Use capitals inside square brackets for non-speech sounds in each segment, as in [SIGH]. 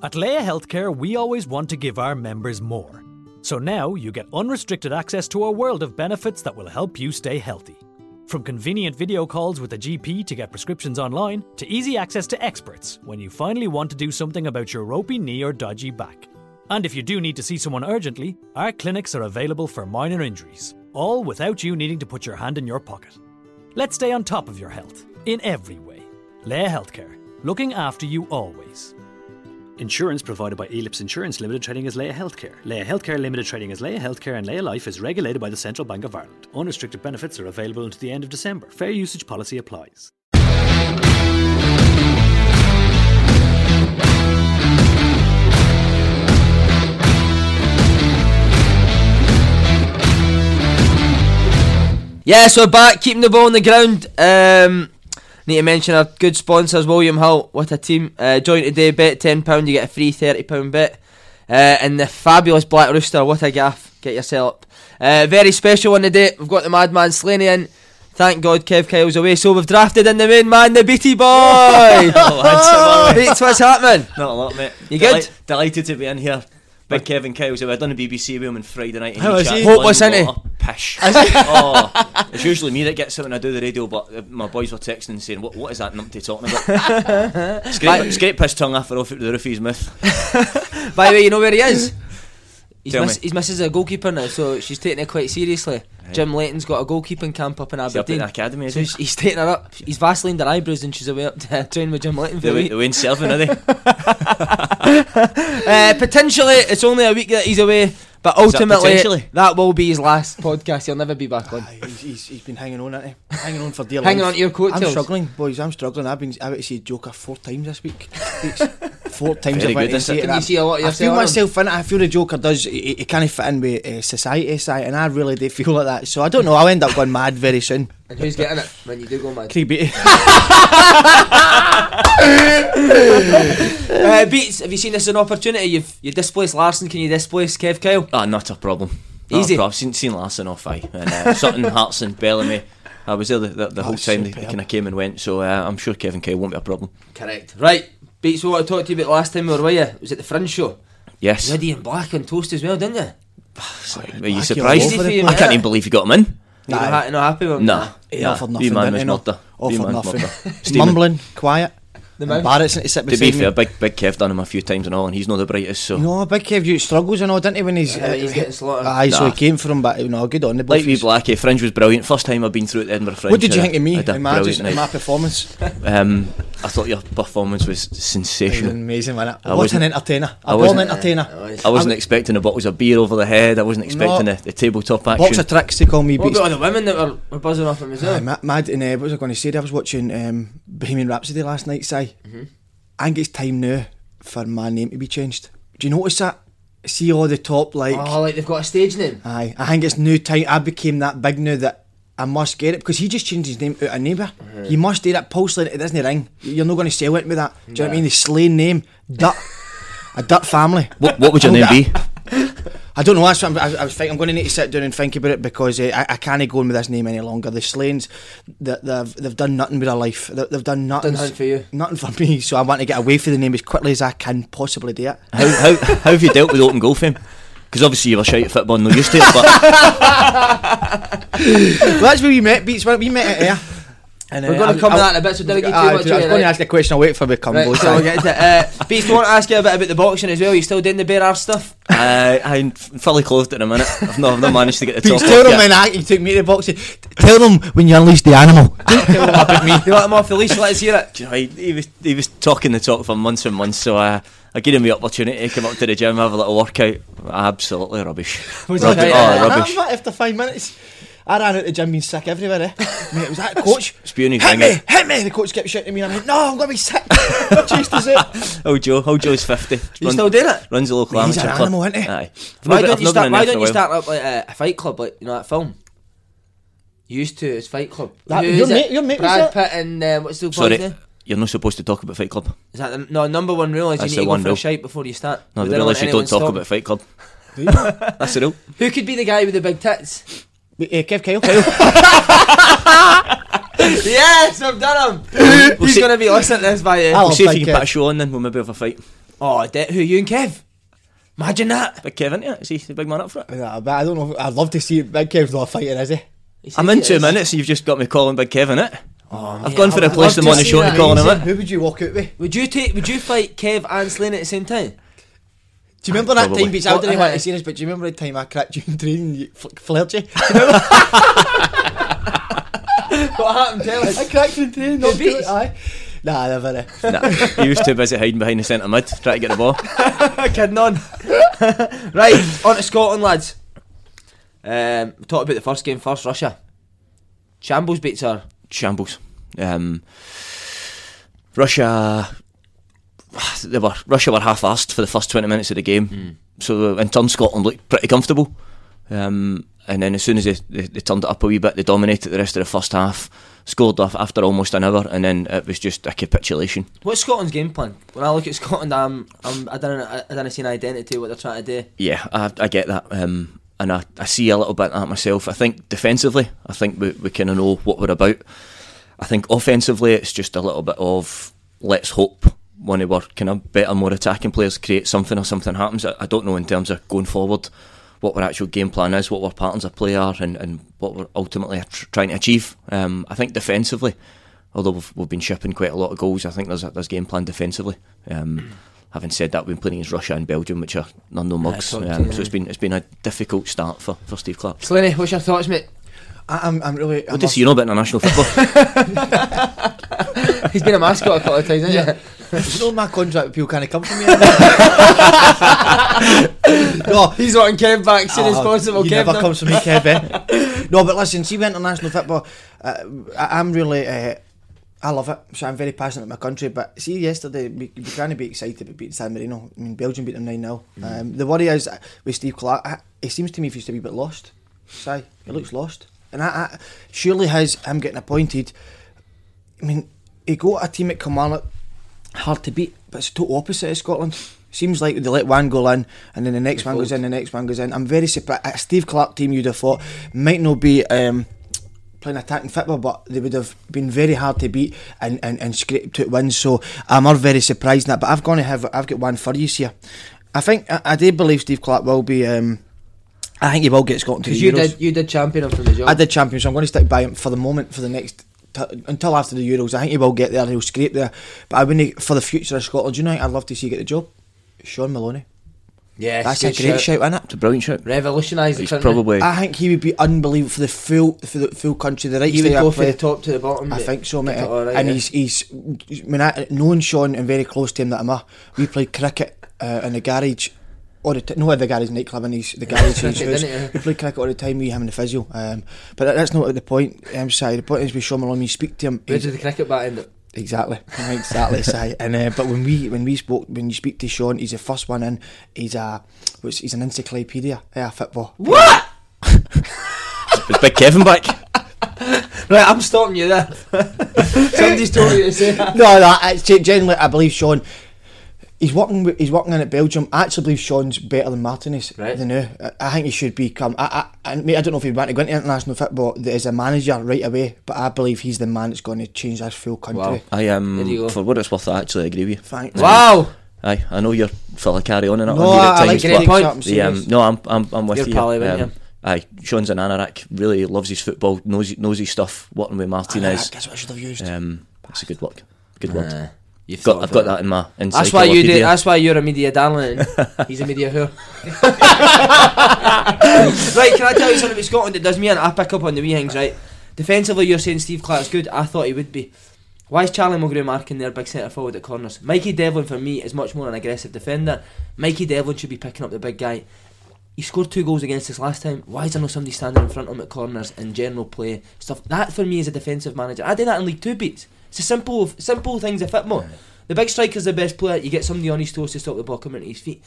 At Leia Healthcare, we always want to give our members more. So now you get unrestricted access to a world of benefits that will help you stay healthy. From convenient video calls with a GP to get prescriptions online, to easy access to experts when you finally want to do something about your ropey knee or dodgy back. And if you do need to see someone urgently, our clinics are available for minor injuries, all without you needing to put your hand in your pocket. Let's stay on top of your health in every way. Leia Healthcare, looking after you always. Insurance provided by Elips Insurance Limited trading as Leia Healthcare. Leia Healthcare Limited trading as Leia Healthcare and Leia Life is regulated by the Central Bank of Ireland. Unrestricted benefits are available until the end of December. Fair usage policy applies. Yes, we're back, keeping the ball on the ground. Um, need to mention our good sponsors, William Hill. What a team! Uh, join today, bet ten pound, you get a free thirty pound bet. Uh, and the fabulous Black Rooster, what a gaff! Get yourself up. Uh, very special one today. We've got the Madman Slaney in. Thank God, Kev Kyle's away. So we've drafted in the main man, the [LAUGHS] Beatty Boy. Oh, [LAUGHS] Beats, what's happening? Not a lot, mate. [LAUGHS] You good? Delighted to be in here. Big Kevin Cowles. I've done a BBC with him on Friday night. and How he is he? chatted What one was in it? lot of [LAUGHS] Pish. [LAUGHS] oh, it's usually me that gets it when I do the radio, but uh, my boys were texting and saying, "What, what is that numpty talking about?" [LAUGHS] it's great, it's great piss tongue after off at the roof of his mouth. By the way, you know where he is? He's, Tell miss, me. he's misses a goalkeeper now, so she's taking it quite seriously. Jim Layton's got a goalkeeping camp up in He's up at Aberdeen. the academy, is so he? he's, he's taking her up. He's vaselined her eyebrows and she's away up [LAUGHS] to train with Jim Layton for They a win, week. they win seven, [LAUGHS] are they? Uh, potentially, it's only a week that he's away, but ultimately, potentially? that will be his last [LAUGHS] podcast. He'll never be back on. Ah, He's, he's, he's been hanging on, hasn't he? Hanging on for dear Hanging life. on to your coattails. I'm struggling, boys. I'm struggling. I've been I've had to see Joker four times this week. It's [LAUGHS] four times Very I've had good, to isn't see it? [LAUGHS] it. Can you see a lot of I yourself on feel him? myself in it. I feel the Joker does. He, he can't fit in with uh, society, side, and I really do feel like that. So I don't know. I'll end up going mad [LAUGHS] very soon. And who's getting it when you do go mad? Creepy. Uh, Beats, have you seen this as an opportunity? You've you displaced Larson, can you displace Kev Kyle? Ah, not a problem. Not Easy. A problem. Seen, seen Larson off, aye. And uh, Sutton, Hartson, Bellamy. I was there the, the, the whole That's time. They, superb. kind of came and went, so uh, I'm sure Kevin Kyle won't be a problem. Correct. Right, Beats, we want to talk to you about last time we were with you. It was at the Fringe Show. Yes. You had Ian Black on toast as well, didn't you? Are you Black, surprised? you're all over the I place. can't even believe you got him in. You're not, ha- not happy with him? Nah. He nah. offered The nothing. man was didn't he, no? murder. The Offered man's nothing. murder. [LAUGHS] Stephen, Mumbling, quiet. The mouth. Embarrassing to sit To beside be me. fair, Big Big Kev done him a few times and all, and he's not the brightest. So No, Big Kev, you struggles and all, didn't he? When he's, Yeah, he's getting slaughtered. Aye, so Nah. he came for him, but you know, good on the like both. we Blackie, Fringe was brilliant. First time I've been through the Edinburgh Fringe. What did you uh, think of me I had a and my, brilliant just, and my night. performance? Um, I thought your performance was It was sensational. amazing, wasn't it? I what wasn't- an entertainer. I A born wasn't- entertainer. I wasn't expecting the bottles of beer over the head. I wasn't expecting No. the, the tabletop action. Lots of tricks to call me What beats. about all the women that were, were buzzing off him as well? Aye, ma- mad, and uh, what was I going to say? I was watching um, Bohemian Rhapsody last night, Si. Mm-hmm. I think it's time now for my name to be changed. Do you notice that? See all the top, like, Oh, like they've got a stage name. aye. I think it's new time. I became that big now that I must get it because he just changed his name out of neighbour. Uh-huh. You must do that pulse line, it doesn't ring. You're not going to sell it with that. Do you know what I mean? The slain name, [LAUGHS] Dut, a Dut family. what, what would [LAUGHS] your name be? I don't know. That's what I'm, I, I was thinking. I'm going to need to sit down and think about it because uh, I, I can't go on with this name any longer. The Slanes, that they've, they've done nothing with their life. They, they've done nothing. nothing for you. Nothing for me. So I want to get away from the name as quickly as I can possibly do it. [COUGHS] How, how, how have you dealt with open goal fame? Because obviously you were shite at football and no used to it, but well, that's where we met, Beats. weren't We We met at Air. And, We're going to come to that in a bit, so delegate Ah, I, too was much. away, going right? to ask a question. I'll wait for the combo. Right, so we'll get to it. Uh, Beast, I want to ask you a bit about the boxing as well. You still doing the bare arse stuff? Uh, I, I'm fully clothed in a minute. I've not, I've not managed to get [LAUGHS] the Please top tell off them yet. when I, you took me to boxing. Tell them when you unleash [LAUGHS] the animal. You want him off the leash? Let us hear it. Do you know, he, he was he was talking the talk for months and months, so I I gave him the opportunity to come up to the gym, have a little workout. Absolutely [LAUGHS] rubbish. Rubbish. okay, oh, uh, rubbish. After five minutes, I ran out the gym being sick everywhere. Eh? Mate, it [LAUGHS] was that coach. Spewing his hit ring me, out. hit me. The coach kept shouting at me, and I'm like, no, I'm going to be sick. [LAUGHS] eh? Chased us out. Oh Joe, oh Joe's fifty. You still doing it? Runs a local Mate, he's amateur an club. animal, isn't he? Aye. I've not Why been- don't I've you not start? been Why in there for don't a you while. start up like uh, a Fight Club, like you know that film? You used to, it's Fight Club. That- Who your is mate- it? your mate was Brad that? Pitt and um, what's the boy's Sorry, name? you're not supposed to talk about Fight Club. Is that the, no number one rule? Is you That's need the to go one for a rule. shite before you start. No, We the don't rule want is you anyone don't talk stopping. about Fight [LAUGHS] Club. That's the rule. Who could be the guy with the big tits? Wait, eh, Kev Kyle. Kyle. yes, I've done him. He's see- going to be listening to this by uh, you. I'll We'll see if fight you Kev. can put a show on then. We'll maybe have a fight. Oh, de- who you and Kev? Imagine that. Big Kevin, yeah, is he the big man up for it? Nah, but I don't know. I'd love to see Big Kev's not fighting, is he? He says I'm in it two is. minutes. You've just got me calling Big Kevin it. Oh, I've mate, gone for I a would place love on to one and see short that. and calling him it. Who would you walk out with? Would you take? Would you fight Kev and Slane at the same time? Do you remember that Probably. time, Beats? I What- don't know what uh, to say this, but do you remember the time I cracked you in training and you fl- flared [LAUGHS] you? What happened? Tell I [LAUGHS] cracked you in training, not Beats? Beats. Aye. Nah, never. [LAUGHS] eh. Nah, he was too busy hiding behind the centre mid, trying to get the ball. [LAUGHS] Kidding on. [LAUGHS] right, on to Scotland, lads. Um, talk about the first game first. Russia. Shambles beats her. shambles. Um, Russia, they were Russia were half-assed for the first twenty minutes of the game. Hmm. So in turn, Scotland looked pretty comfortable. Um, and then as soon as they, they, they turned it up a wee bit, they dominated the rest of the first half. Scored off after almost an hour, and then it was just a capitulation. What's Scotland's game plan? When I look at Scotland, I'm, I'm I don't, I, I don't see an identity of what they're trying to do. Yeah, I, I get that. Um, and I, I see a little bit of that myself. I think defensively, I think we, we kind of know what we're about. I think offensively, it's just a little bit of let's hope one of our kind of better, more attacking players create something or something happens. I, I don't know in terms of going forward what our actual game plan is, what our patterns of play are, and, and what we're ultimately tr- trying to achieve. Um, I think defensively, although we've, we've been shipping quite a lot of goals, I think there's a, there's game plan defensively. Um, having said that, we've been playing against Russia and Belgium, which are none no mugs. talked Um, to you, So it's yeah. been it's been a difficult start for, for Steve Clark. Slaney, what's your thoughts, mate? I, I'm, I'm really. What does you know about international football? He's been a mascot a couple of times, hasn't [LAUGHS] he? You know my contract with people kind of come [LAUGHS] from me. no, [LAUGHS] He's wanting Kev back as soon as Oh, possible. He Kev, never no. comes from me, Kev. eh? [LAUGHS] no, but listen, see, with international football, uh, I, I'm really. Uh, I love it, so I'm very passionate about my country. But see, yesterday we, we kind of be excited about beating San Marino. I mean, Belgium beat them nine 0 um, Mm. The worry is uh, with Steve Clark. I, it seems to me he used to be a bit lost. Si, he looks lost, and I, I surely his him getting appointed. I mean, he got a team at Kilmarnock hard to beat, but it's the total opposite of Scotland. Seems like they let one go in, and then the next one goes in, the next one goes in. I'm very surprised. A Steve Clark team you'd have thought might not be um, playing attacking football, but they would have been very hard to beat and, and, and scraped out wins. So I'm all very surprised in that. But I've gone to have I've got one for you here. I think I, I do believe Steve Clark will be. Um, I think he will get Scotland to the Because you Euros. did, you did champion him for the job. I did champion, so I'm going to stick by him for the moment for the next t- until after the Euros. I think he will get there. He'll scrape there, but I wouldn't for the future of Scotland. You know, I'd love to see you get the job. Sean Maloney. Yes, That's good a great shout, isn't it? it's a brilliant shout. Revolutionised the He's country. probably I think he would be unbelievable for the full for the full country. The right He would style go of from play. the top to the bottom. I mate. think so, Get mate. it all right, and yeah. he's he's. I mean, I, knowing Sean and very close to him that I'm a. We played cricket uh, in the garage. Or the t- no, at the garage nightclub and he's [LAUGHS] the garage. in his Cricket, house. didn't he? We played cricket all the time. We him and the physio. Um, but that- that's not the point. Um, sorry, the point is we show him along. We speak to him. Where he's- did the cricket bat end up? Exactly, [LAUGHS] exactly. Si. And uh, but when we when we spoke, when you speak to Sean, he's the first one in. He's a what's- he's an encyclopedia. Yeah, football. What? it's big Kevin back. Right, I'm stopping you [LAUGHS] there. Somebody's told you to say that. No, no. It's, ge- generally, I believe Sean. He's working. with- He's working in at Belgium. I actually believe Sean's better than Martinez. Right. Than now. I- I think he should become. I, I, I, mate, I don't know if he want to go into international football as a manager right away, but I believe he's the man that's going to change this full country. Wow. [LAUGHS] I There you go. um, for what it's worth, I actually agree with you. Thanks. Wow. Aye, I know you're full of carry on and that No, one here at Oh, I, I like times, but great getting point. up. I'm the, um, serious. no, I'm I'm I'm with You're you. probably with um, him. Aye, Sean's an anorak. Really loves his football. Knows knows his stuff. Working with Martinez. That's Ah, what I should have used. Um, that's a good look. Good word. Uh, you've got, thought I've got about that in my. it. That's why you do. encyclopedia. That's why you're a media [LAUGHS] darling. and He's a media whore. [LAUGHS] right, can I tell you something about Scotland that does me and I pick up on the wee things, right? Defensively, you're saying Steve Clark's good. I thought he would be. Why is Charlie Mulgrew marking their big centre forward at corners? Mikey Devlin, for me, is much more an aggressive defender. Mikey Devlin should be picking up the big guy. He scored two goals against us last time. Why is there not somebody standing in front of him at corners and general play stuff? That for me is a defensive manager. I did that in League Two beats. It's a simple, simple things that fit more. The big striker's the best player. You get somebody on his toes to stop the ball coming to his feet.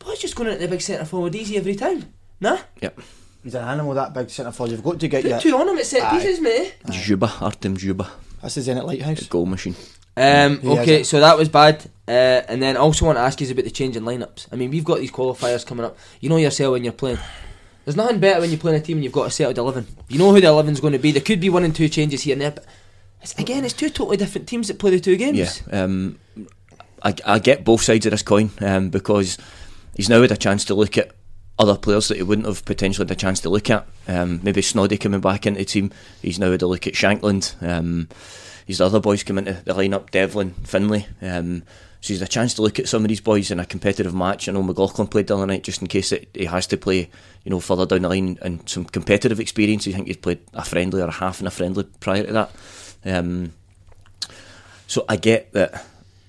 But it's just going at the big centre forward easy every time. Nah, Yep. He's an animal, that big centre forward. You've got to get put your. two on him at set Aye. pieces, mate. Juba, Artem Juba, That's the Zenit the Lighthouse. goal machine. Um, He okay, is so that was bad. Uh, and then I also want to ask you about the change in lineups. I mean, we've got these qualifiers coming up. You know yourself when you're playing. There's nothing better when you're playing a team and you've got a settled eleven. You know who the eleven's going to be. There could be one and two changes here and there, but it's, again, it's two totally different teams that play the two games. Yeah, um, I, I get both sides of this coin um, because he's now had a chance to look at other players that he wouldn't have potentially had a chance to look at. Um, maybe Snoddy coming back into the team, he's now had a look at Shankland. Um, he's the other boys coming into the lineup, Devlin, Finlay. Um, so he's a chance to look at some of these boys in a competitive match. I know McLaughlin played the other night just in case it, he has to play, you know, further down the line and some competitive experience. I think he's played a friendly or a half and a friendly prior to that. Um, so I get that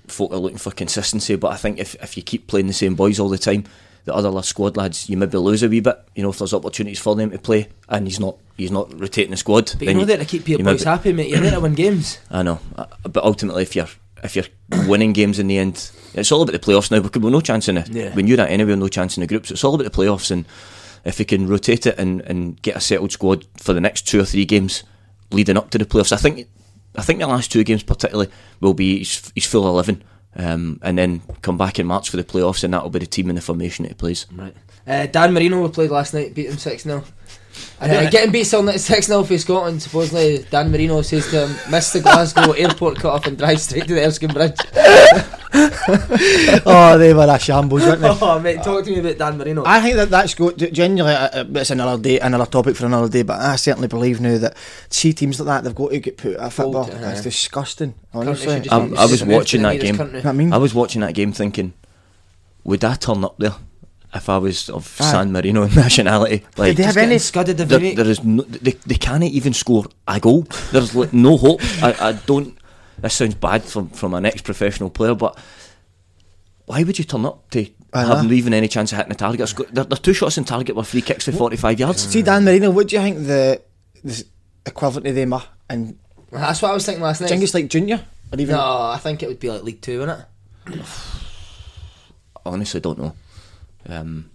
folk are looking for consistency, but I think if, if you keep playing the same boys all the time, the other la- squad lads, you maybe lose a wee bit. You know, if there's opportunities for them to play, and he's not he's not rotating the squad. But you know that to keep your boys happy, mate. You're there to win [COUGHS] games. I know, Uh, but ultimately, if you're if you're winning games in the end, it's all about the playoffs now. Because we've no chance in it. Yeah. We knew that anyway. we've No chance in the groups. It's all about the playoffs, and if we can rotate it and, and get a settled squad for the next two or three games leading up to the playoffs, I think I think the last two games particularly will be he's, he's full eleven, um, and then come back in March for the playoffs, and that will be the team and the formation that he plays. Right. Uh, Dan Marino we played last night, beat him six 0 uh, getting beat still six 0 for Scotland. Supposedly, Dan Marino says to him, "Miss the Glasgow [LAUGHS] airport cut off and drive straight to the Erskine Bridge." oh, they were a shambles, weren't they? [LAUGHS] oh, mate, talk to me about Dan Marino. I think that that's good. Generally, uh, uh, it's another day, another topic for another day. But I certainly believe now that see teams like that, they've got to get put out of football. Pulled, That's uh, disgusting. Country should Honestly, just I- be I was dismissed watching in that the game. country. You know what I mean, I was watching that game thinking, would I turn up there if I was of Aye. San Marino [LAUGHS] nationality? Like, they Just have any- getting scudded every there, week. there is no, they, they can't even score a goal. There's like no hope. I, I don't. This sounds bad from from an ex professional player, but why would you turn up to Aye, having aye. even any chance of hitting a target? It's go- There, there are two shots in target with free kicks for forty five yards. see Dan Marino. What do you think the, the equivalent of them are? And That's what I was thinking last I night. think it's like junior or even. no, I think it would be like League Two, wouldn't it? I honestly don't know. Um,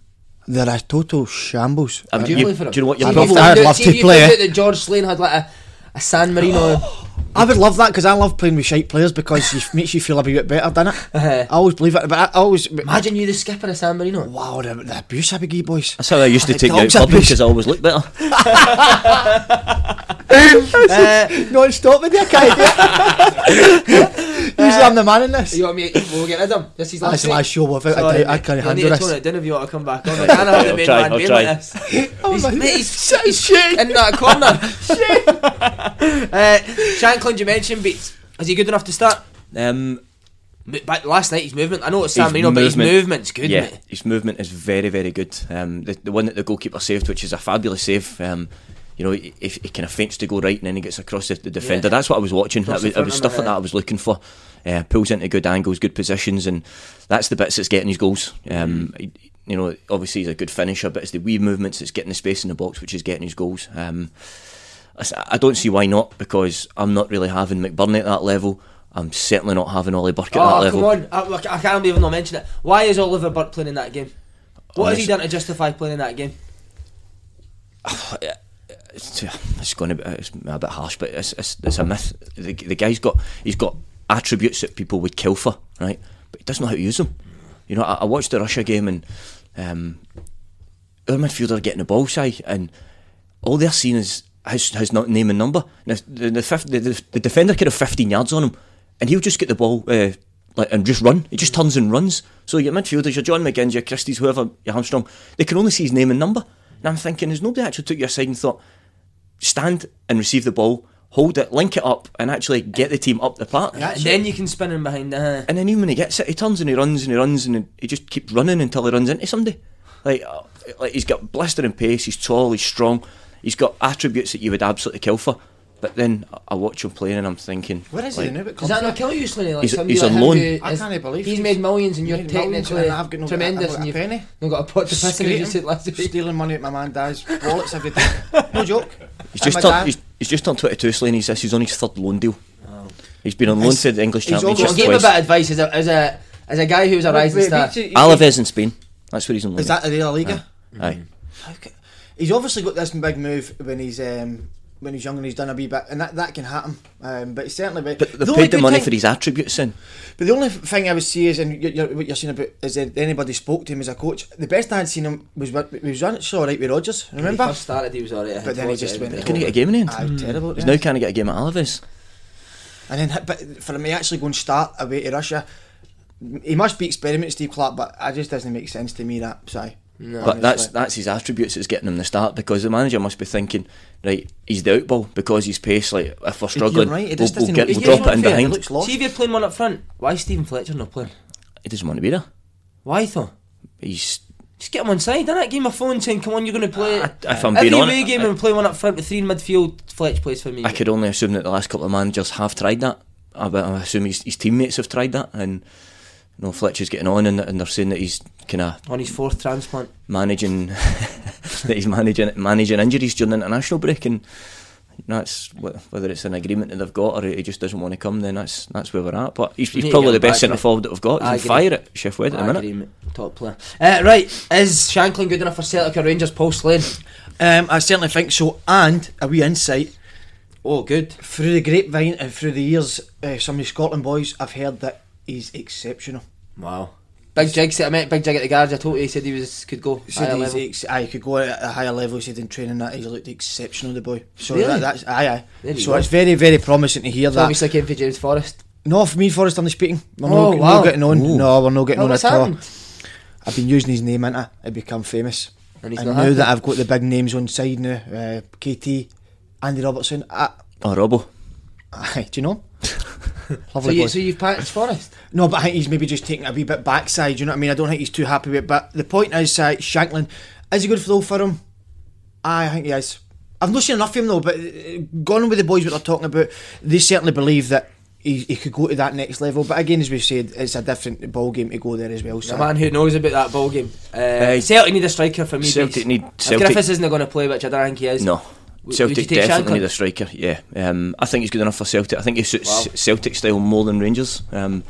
They're a total shambles. I mean, Um, Do you, you- play for him? do you know what? You're See if probably- found I'd out- love see to if you play, found eh? out that George Slane had like a, a San Marino. [GASPS] I would love that because I love playing with shite players because it makes you feel a wee bit better, [LAUGHS] doesn't it? Uh-huh. I always believe it, but I always. but- Imagine you the skipper of San Marino. Wow, the, the abuse I be [LAUGHS] gee, boys. that's how I [LAUGHS] used to The take you out dogs clubbing abuse. because I always looked better. Uh, Non stop [LAUGHS] with the guy. [LAUGHS] Usually I'm the man in this. you want me? We'll get rid of him. This is last. That's the last show without a Sorry, doubt. I mate. can't You'll need handle to tone this. it down if you want to come [LAUGHS] back on. I can't have the I'll main try, man I'll being try. like this. Oh He's, my- mate, he's So shit. in that [LAUGHS] corner. uh, Shankland, you mentioned beats. Is he good enough to start? [LAUGHS] Um, M- But last night his movement. I know it's San His Marino, but his movement- movement's good, yeah, mate. his movement is very, very good. Um, the, the one that the goalkeeper saved, which is a fabulous save. Um, you know, he, he, he kind of feints to go right and then he gets across the, the defender. Yeah. That's what I was watching. That Across the was, it front was of stuff him, like that yeah. I was looking for. Uh, pulls into good angles, good positions, and that's the bits that's getting his goals. Um, Mm. he- you know, obviously he's a good finisher, but it's the wee movements that's getting the space in the box, which is getting his goals. Um, I s- I don't see why not because I'm not really having McBurney at that level. I'm certainly not having Ollie Burke at oh, that level. come on. I, look, I can't believe I've not mentioned it. Why is Oliver Burke playing in that game? What has he Honest- done to justify playing in that game? it's, it's going to be uh, it's a bit harsh, but it's, it's, it's a myth. The, the guy's got he's got attributes that people would kill for, right? But he doesn't know how to use them. You know, I, I watched the Russia game and um, our midfielder are getting the ball shy, and all they're seeing is his, his not name and number. Now, the, the, fif- the, the, the defender could have 15 yards on him, and he'll just get the ball uh, like and just run. He just turns and runs. So your midfielders, your John McGinns, your Christies, whoever, your Armstrong, they can only see his name and number. And I'm thinking, has nobody actually took you aside and thought, stand and receive the ball, hold it, link it up, and actually get the team up the park? And then you can spin him behind. Uh, And then even when he gets it, he turns and he runs and he runs and he just keeps running until he runs into somebody. Like, uh, like he's got blistering pace. He's tall. He's strong. He's got attributes that you would absolutely kill for. But then I- I watch him playing and I'm thinking, Where is like, he now? It Does that not kill you, Slaney? Like He's- somebody he's like on him loan. who I is- can't believe he's he's- made millions and you're made millions technically and I've got no- tremendous I've got and a you've penny. not got a pot to piss in as you said last week. Stealing money out my man dad's wallets every day. No joke. he's just My turned, dad- he's, he's just turned 22, Slane. He's this. He's on his third loan deal. He's been on loan to the English Oh. he's all Championship Well, give him a twice. bit of advice as a, as a, as a guy who's a rising Wait, star. wait, wait, Alaves in Spain. That's where he's on loan. Is that the La Liga? Aye. He's obviously got this big move when he's um, when he's young and he's done a wee bit, and that, that can happen. Um, but he's certainly, but, But they only paid the good money thing- for his attributes in. But the only thing I would see is, and you're, you're, what you're saying about is that anybody spoke to him as a coach. The best I had seen him was when- he was actually all right with Rogers. When he Remember? first started, he was alright. But then he just went- He couldn't get a game in the end. Aye, terrible. He's yeah. now can't get a game at Alaves. And then, but for him to actually go and start away to Russia, he must be experimenting, Steve Clark. But it just doesn't make sense to me. That sorry. But that's that's his attributes that's getting him the start because the manager must be thinking, right, he's the outball because his pace. Like if we're struggling, right, it we'll, just we'll doesn't- get, it we'll just drop it in doesn't fit, it behind. looks lost. See if you're playing one up front. Why is Stephen Fletcher not playing? He doesn't want to be there. Why though? He's Just get him on side, innit? Give him a phone saying, come on, you're going to play. Ah, I- if I'm Every being away honest, game I- and play one up front with three in midfield, Fletch plays for me. I could only assume that the last couple of managers have tried that. I, bet- I assume his, his teammates have tried that, and you know Fletcher's getting on, and, and they're saying that he's kind of on his fourth transplant. managing [LAUGHS] that he's managing managing injuries during the international break, and you know, that's wh- whether it's an agreement that they've got or he just doesn't want to come. Then that's that's where we're at. But he's, need to he's get probably the him back, best centre mate. forward that we've got. I He's agree. on fire at Chef Wed at the I minute. agree, mate. Top player. Uh, right, is Shanklin good enough for Celtic or Rangers? Paul Slane. Um, I certainly think so. And a wee insight Oh, good. through the grapevine and through the years, uh, some of the Scotland boys, I've heard that he's exceptional. Wow. Big Jig said I met Big Jig at the Guards. I told you he said he was could go. He said higher he's level. ex- aye, he could go at a higher level. He said in training that he looked exceptional. The boy, so Really? that, that's aye, There aye. you So go. it's very, very promising to hear So that. obviously came for James Forrest. No, for me, Forrest, I'm speaking. We're Oh, no, wow. no getting on. Ooh. No, we're not getting Oh, on what's at happened? all. I've been using his name, ain't I? I become famous. And he's and not now happy. that I've got the big names on side now, uh, KT, Andy Robertson, I, Oh, Robbo. aye, [LAUGHS] do you know? him? So, Lovely you, boy. so you've patched Forrest. No, but I think he's maybe just taking a wee bit backside. You know what I mean? I don't think he's too happy with it. But the point is, uh, Shanklin is a good flow for him. Aye, I think he is. I've not seen enough of him though. But uh, going with the boys, what they're talking about, they certainly believe that he, he could go to that next level. But again, as we said, it's a different ball game to go there as well. So A man who knows about that ball game. Uh, Aye. Celtic need a striker for me. Celtic please. need- If Celtic- Griffiths isn't going to play, which I don't think he is. No. would you Celtic take Shanklin? definitely need a striker. Yeah, um, I think he's good enough for Celtic. I think he suits Wow. Celtic style more than Rangers. Um,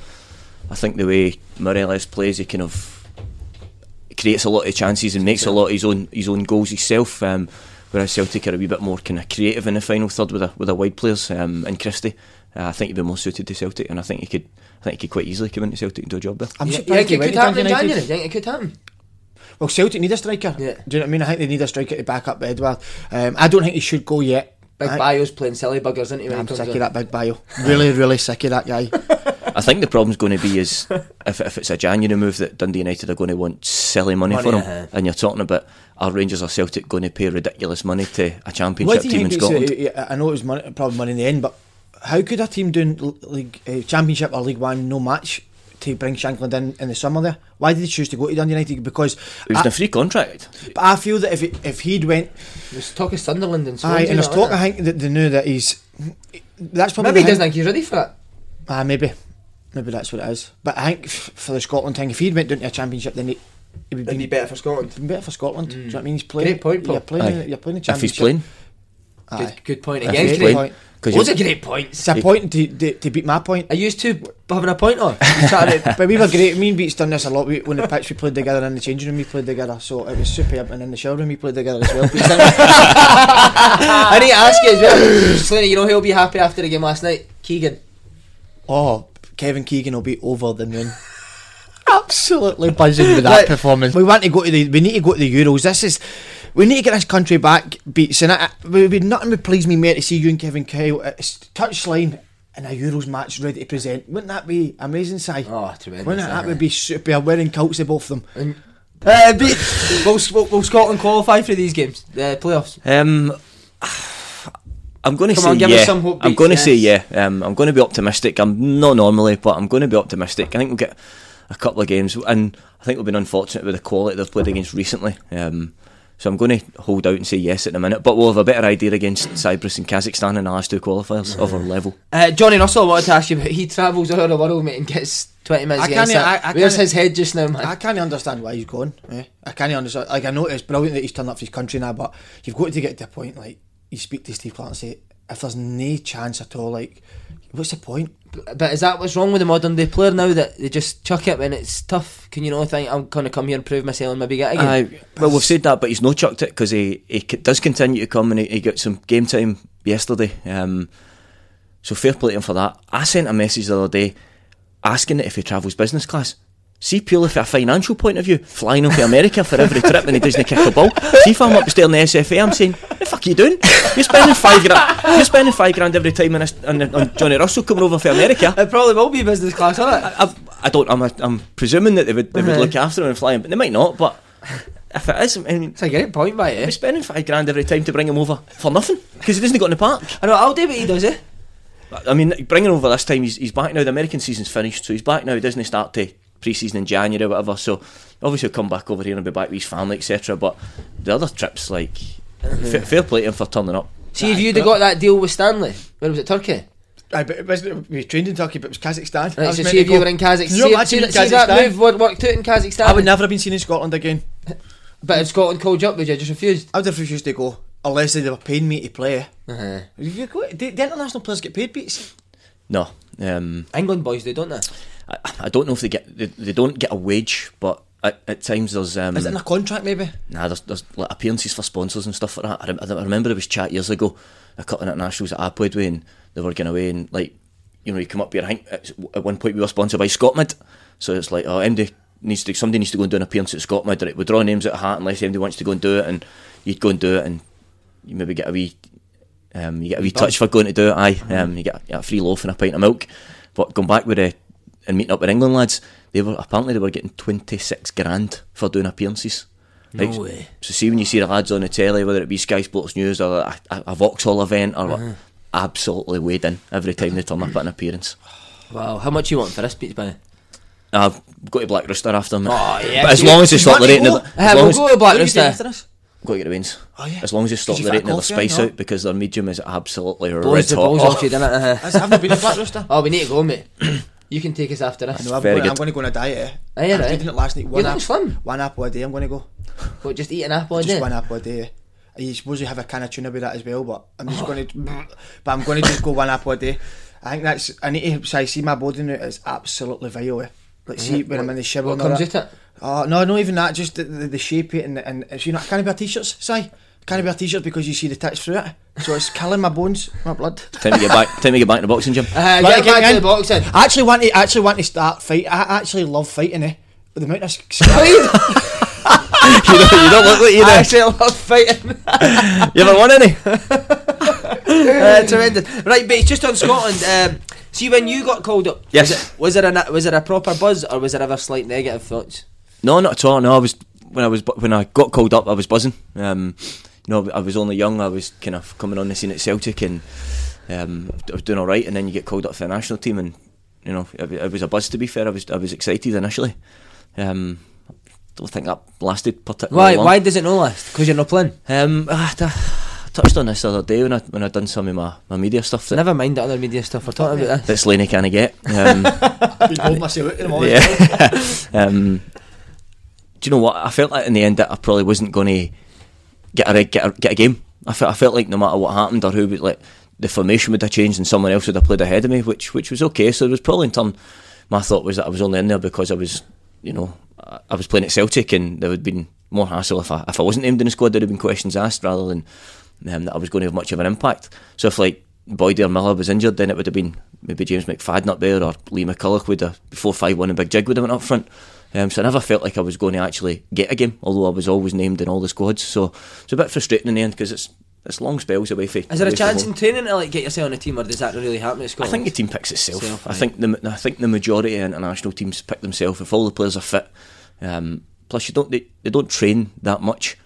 I think the way Morelos plays, he kind of creates a lot of chances and makes a lot of his own his own goals himself. Um, whereas Celtic are a wee bit more kind of creative in the final third with a with a wide players um, and Christie. Uh, I think he'd be more suited to Celtic, and I think he could. I think he could quite easily come into Celtic and do a job there. I'm You, you surprised think he it went could to happen in Dundee January? United. You think it could happen? Well, Celtic need a striker. Yeah. Do you know what I mean? I think they need a striker to back up Edward. Um, I don't think he should go yet. Big I- Bio's playing silly buggers, isn't he? when he I'm comes sick of in? that big bio. Really, really sick of that guy. I think the problem's going to be is if, if it's a January move that Dundee United are going to want silly money, Money, for him, uh-huh. and you're talking about are Rangers or Celtic going to pay ridiculous money to a championship What do you team in think it's, Scotland? uh, I know it was money, probably money in the end, but how could a team doing l- league uh, championship or League One no match to bring Shankland in in the summer there? Why did they choose to go to Dundee United? Because it was I, a free contract. but I feel that if it, if he'd went, There's talk of Sunderland and Swansea. aye, and there's now, talk. isn't I think that they knew that he's. That's there? probably Maybe he the thing- doesn't think he's ready for it. Ah, maybe, maybe that's what it is. But I think f- for the Scotland thing, if he'd went down to a championship, then he, it would It'd be better for Scotland. been better for Scotland. Do you know what I mean? He's playing. Great point, Paul. You're playing. Aye. You're playing the If he's championship. playing, Aye. Good, good point If again. he's Great Craig. playing, point. because Loads of great points. It's a point to, to, to beat my [LAUGHS] point. Are you two having a point on? You chatting [LAUGHS] about- But we were great. Me and Beats done this a lot. We, on the pitch, we played together. In the changing room, we played together. So it was superb. And in the shower room, we played together as well. [LAUGHS] [LAUGHS] Beats done- I need to ask you as well. Slaney, you know who'll be happy after the game last night? Keegan. oh, Kevin Keegan will be over the moon. [LAUGHS] Absolutely buzzing with that performance. We want to go to the. We need to go to the Euros. This is. We need to get this country back, Beats. And I, I, we- we- nothing would please me more to see you and Kevin Kyle at a s- touchline in a Euros match ready to present. Wouldn't that be amazing, Si? Oh, tremendous. eh? Wouldn't it? That would be superb. Wearing coats, the both of them. And Uh, be, will, S- will, will Scotland qualify for these games, the playoffs? Um, I'm going to Come say on, give us yeah. some hope, I'm Beats, going to yeah. say yeah. Um, I'm going to be optimistic. I'm not normally, but I'm going to be optimistic. I think we'll get a couple of games, and I think we've been unfortunate with the quality they've played against recently. Um, so I'm going to hold out and say yes at the minute, but we'll have a better idea against Cyprus and Kazakhstan in the last two qualifiers of our level. Uh, Johnny Russell, I wanted to ask you, but he travels around the world, mate, and gets 20 minutes I against can't- that. I- I Where's can't- his head just now, man? I can't understand why he's gone. eh. I can't understand. Like I know it's brilliant that he's turned up for his country now, but you've got to get to a point like you speak to Steve Clark and say if there's no chance at all, like what's the point? but is that what's wrong with the modern day player now, that they just chuck it when it's tough? Can you not think, I'm going to come here and prove myself and maybe get a game? Aye, well, we've said that, but he's no chucked it because he, he c- does continue to come and he, he got some game time yesterday. Um, so fair play to him for that. I sent a message the other day asking if he travels business class. See, purely from a financial point of view, flying him to America for every trip and he doesn't kick a ball. See, if I'm upstairs in the SFA, I'm saying, "The fuck are you doing? You're spending five grand. You're spending five grand every time on, this- on, on Johnny Russell coming over for America." It probably will be business class, will it? I've, I don't. I'm, I'm presuming that they would they would Aye. look after him and fly him, but they might not. But if it is, I mean, It's a great point, eh? by we're it. spending five grand every time to bring him over for nothing because he doesn't go in the park. I know, I'll do what he does, eh? I mean, bringing over this time, he's, he's back now. The American season's finished, so he's back now. Doesn't he start to pre-season in January or whatever? So obviously he'll come back over here and be back with his family, etc. But the other trips, like Mm-hmm. f- fair play to him for turning up. See, if you'd have got that deal with Stanley, where was it, Turkey? Aye, but it wasn't, we trained in Turkey, but it was Kazakhstan. I Right, was so see meant to if you go- were in Kazakhstan. Can you See, imagine see, in see that Kazakhstan? move wor- worked out in Kazakhstan. I would never have been seen in Scotland again. But if Scotland called you up, would you have just refused? I would have refused to go unless they were paying me to play. Uh-huh. You go- The the international players get paid, beats. No, um, England boys do, don't they? I, I don't know if they get they, they don't get a wage, but at, at times there's um, Is it in a contract maybe? Nah, there's, there's like appearances for sponsors and stuff like that. I, rem- I remember there was chat years ago, a couple of internationals that I played with, and they were going away and like, you know, you come up here. I think at, at one point we were sponsored by Scotland, so it's like, oh, MD needs to somebody needs to go and do an appearance at Scotland. Or it would draw names out of hat unless MD wants to go and do it, and you'd go and do it, and you maybe get a wee, um, you get a wee touch for going to do it. Aye, um, you get a, a free loaf and a pint of milk. But going back with uh, and meeting up with England lads, they were apparently they were getting twenty six grand for doing appearances. No way. So see when you see the lads on the telly, whether it be Sky Sports News or a, a, a Vauxhall event or what, absolutely weighed in every time they turn up at an appearance. Wow, how much you want for this speech, by? I've got to Black Rooster after them. Oh, yeah, but as dude. long as they stop want the to rating, go? of the- as we'll long as go to Black What are you doing Rooster. after this? Go get the wins. Oh, yeah. As long as they stop Did the you fit a rating of their coffee spice in, no? out because their medium is absolutely Blows the red [LAUGHS] balls hot. off you, didn't it? I've not been to Black Rooster. Oh, we need to go, mate. you can take us after this. No, I'm, Very going, I'm good. going to go on a diet. Eh? Aye, I right. did it last night. You're One looking app- slim. One apple a day. I'm going to go. What, just eat an apple a Just day? one apple a day. eh? You suppose you have a can of tuna with that as well, but I'm Oh. just going to. But I'm going to just go one apple a day. I think that's. I need to. So I see my body now. It's absolutely vile. Eh? Like see when I'm in the shower. Mm-hmm. what and all comes that. with it? Oh no, not even that. Just the, the, the shape it and the- and it's, you know I can't wear t-shirts. Si, can't wear t-shirts because you see the tits through it. So it's killing my bones, my blood. Time to get back. Time to get back in the boxing [LAUGHS] gym. Uh, Right, get back again. to the [LAUGHS] boxing. I actually want to I actually want to start fight. I actually love fighting. Eh, but the amount of scars- you, don't, you don't look like you I [LAUGHS] do. actually love [LAUGHS] fighting. You ever won any? uh, tremendous. Right, but it's just on Scotland. Um, see, when you got called up, Yes. was, it, was, there a, was there a proper buzz or was there ever slight negative thoughts? [LAUGHS] No, not at all. No, I was when I was bu- when I got called up, I was buzzing. Um, you know, I was only young. I was kind of coming on the scene at Celtic, and um, I was doing all right. And then you get called up for the national team, and you know, it, it was a buzz. To be fair, I was I was excited initially. Um, don't think that lasted particularly Why? long. Why does it not last? Because you're not playing. Um, ah, I, touched on this the other day when I when I done some of my, my media stuff that Never mind the other media stuff. We're talking about this. that Slaney can't get. Um, I've been holding myself out in the moment. yeah. [LAUGHS] um, do you know what? I felt like in the end that I probably wasn't going to get a reg- get a, get a game. I felt I felt like no matter what happened or who would like the formation would have changed and someone else would have played ahead of me, which which was okay. So it was probably in turn. My thought was that I was only in there because I was, you know, I I was playing at Celtic and there would have been more hassle if I if I wasn't named in the squad. There'd have been questions asked rather than um, that I was going to have much of an impact. So if like Boyd or Miller was injured, then it would have been maybe James McFadden up there or Lee McCulloch would have four five one and Big Jig would have went up front. Um, so I never felt like I was going to actually get a game, although I was always named in all the squads. So it's a bit frustrating in the end because it's it's long spells away from. Is there a away from chance home. in training to like get yourself on a team, or does that not really happen at I Scotland? think the team picks itself. Self, I aye. think the I think the majority of international teams pick themselves if all the players are fit. Um, Plus, you don't they, they don't train that much.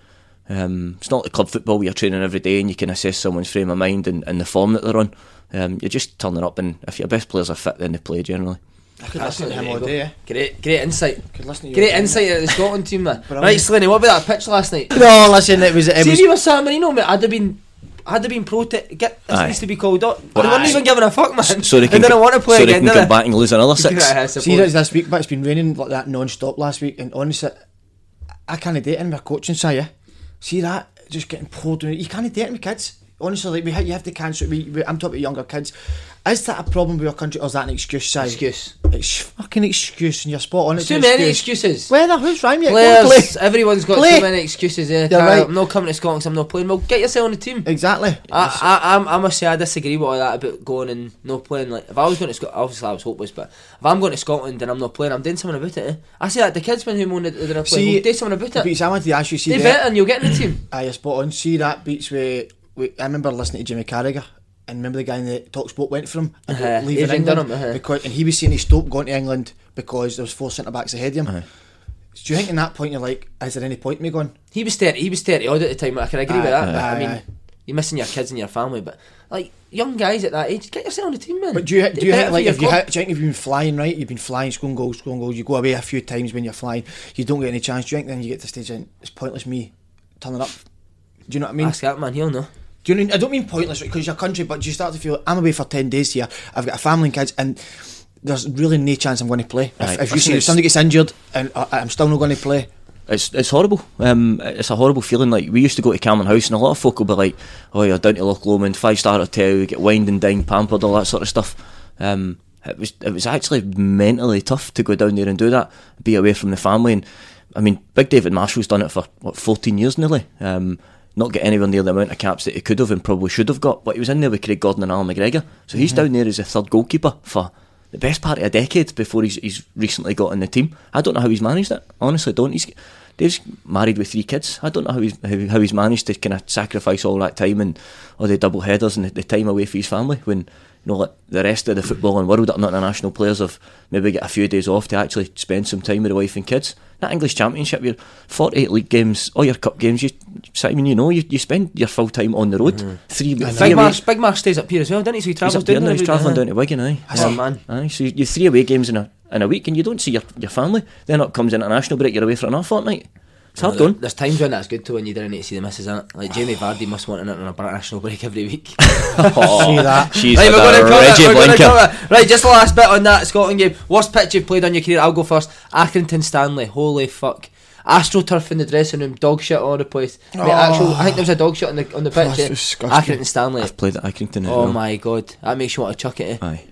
Um, it's not like club football where you're training every day and you can assess someone's frame of mind and, and the form that they're on. Um, you're just turning up, and if your best players are fit, then they play generally. I could listen to him all day. eh? Great, great insight. Could listen to you Great all day, insight into the Scotland [LAUGHS] team, man. Brilliant. Right, Slaney, what about that pitch last night? No, listen, it was it See, if was you were San Marino, mate, I'd have been, I'd have been protest. Get this Aye. needs to be called up. They Aye. weren't even giving a fuck, man. So [LAUGHS] they they can didn't want to play so again, they did can come back and lose another six. Yeah, I suppose. See, this this week, but it's been raining like that non-stop last week, and honestly, I can't do it in my coaching side. eh? See that just getting poured down. You can't do it with kids. Honestly, like we ha- you have to cancel. We, we, I'm talking about younger kids. Is that a problem with your country, or is that an excuse? Side? Excuse. It's fucking excuse, and you're spot on. It's Too an many excuse. excuses. Well, now, who's rhyme yet? Go and Players, play. everyone's got Play. too many excuses. Yeah, You're right. I'm not coming to Scotland. 'cause I'm not playing. Well, get yourself on the team. Exactly. I, I, I'm- I must say I disagree with all that about going and not playing. Like if I was going to Scotland, obviously I was hopeless. But if I'm going to Scotland and I'm not playing, I'm doing something about it. Eh? I say that the kids when who moan that they're not playing, See, well, do something about it. Beats, I wanted to ask you. See, ah. They that- better and you'll get in the team. Aye, you're spot on. See that beats with, with I remember listening to Jimmy Carragher and remember the guy in the talk sport went for him about Uh-huh, leaving Adrian England Dunham, uh-huh. because and he was saying he stopped going to England because there was four centre backs ahead of him. Do you think in that point you're like, is there any point in me going? He was thirty. He was thirty odd at the time. I can agree Aye, with that. aye, I mean, aye. you're missing your kids and your family, but like young guys at that age, get yourself on the team, man. But do you do better you think for like your if you club. hit, do you think if you've been flying right, you've been flying, scoring goals, scoring goals, you go away a few times when you're flying, you don't get any chance. Do you think then you get to the stage and it's pointless me turning up? Do you know what I mean? ask that man, he'll know. Do you know? what I mean? I don't mean pointless because your country, but do you start to feel I'm away for ten days here. I've got a family and kids, and there's really no chance I'm going to play. If, Aye. if you I've see seen if it. somebody gets injured and I, I'm still not going to play, It's it's horrible. Um, it's a horrible feeling. Like we used to go to Cameron House, and a lot of folk will be like, "Oh, you're down to Loch Lomond, five star hotel, you get wined and dined, pampered, all that sort of stuff." Um, it was it was actually mentally tough to go down there and do that, be away from the family. And I mean, Big David Marshall's done it for what 14 years nearly. Um, not get anywhere near the amount of caps that he could have and probably should have got, but he was in there with Craig Gordon and Alan McGregor, so he's down there as a third goalkeeper for the best part of a decade before he's, he's recently got in the team. I don't know how he's managed it. Honestly, don't. He's Dave's married with three kids. I don't know how he's how, how he's managed to kind of sacrifice all that time and all the double headers and the, the time away for his family when you know like the rest of the footballing world that are not international players have maybe get a few days off to actually spend some time with the wife and kids. That English Championship, your 48 league games, all your cup games, you Simon, you know, you, you spend your full time on the road. Three, three Big away, Marsh, Big Marsh stays up here as well, doesn't he? So he he's travels up there down now, there. he's every- travelling uh-huh. down to Wigan, aye. Oh, man. Aye, so you, you three away games in a in a week, and you don't see your, your family. Then up comes international break, you're away for another fortnight. It's hard There- [LAUGHS] [LAUGHS] going. There's times when that's good too when you didn't need to see the misses, aren't it? Like Jamie Vardy must want it on a international break every week. Oh, that. She's right, had we're a going to Reggie cover it. We're going to blinker. cover it. Right, just the last bit on that Scotland game. Worst pitch you've played on your career? I'll go first. Accrington Stanley. Holy fuck. AstroTurf in the dressing room, dog shit all over the place. Mate, actual, I think there was a dog shit on the on the pitch. Oh. that's eh? disgusting. Accrington Stanley. I've played at Accrington. as Oh well. my god, that makes you want to chuck it. Eh? Aye,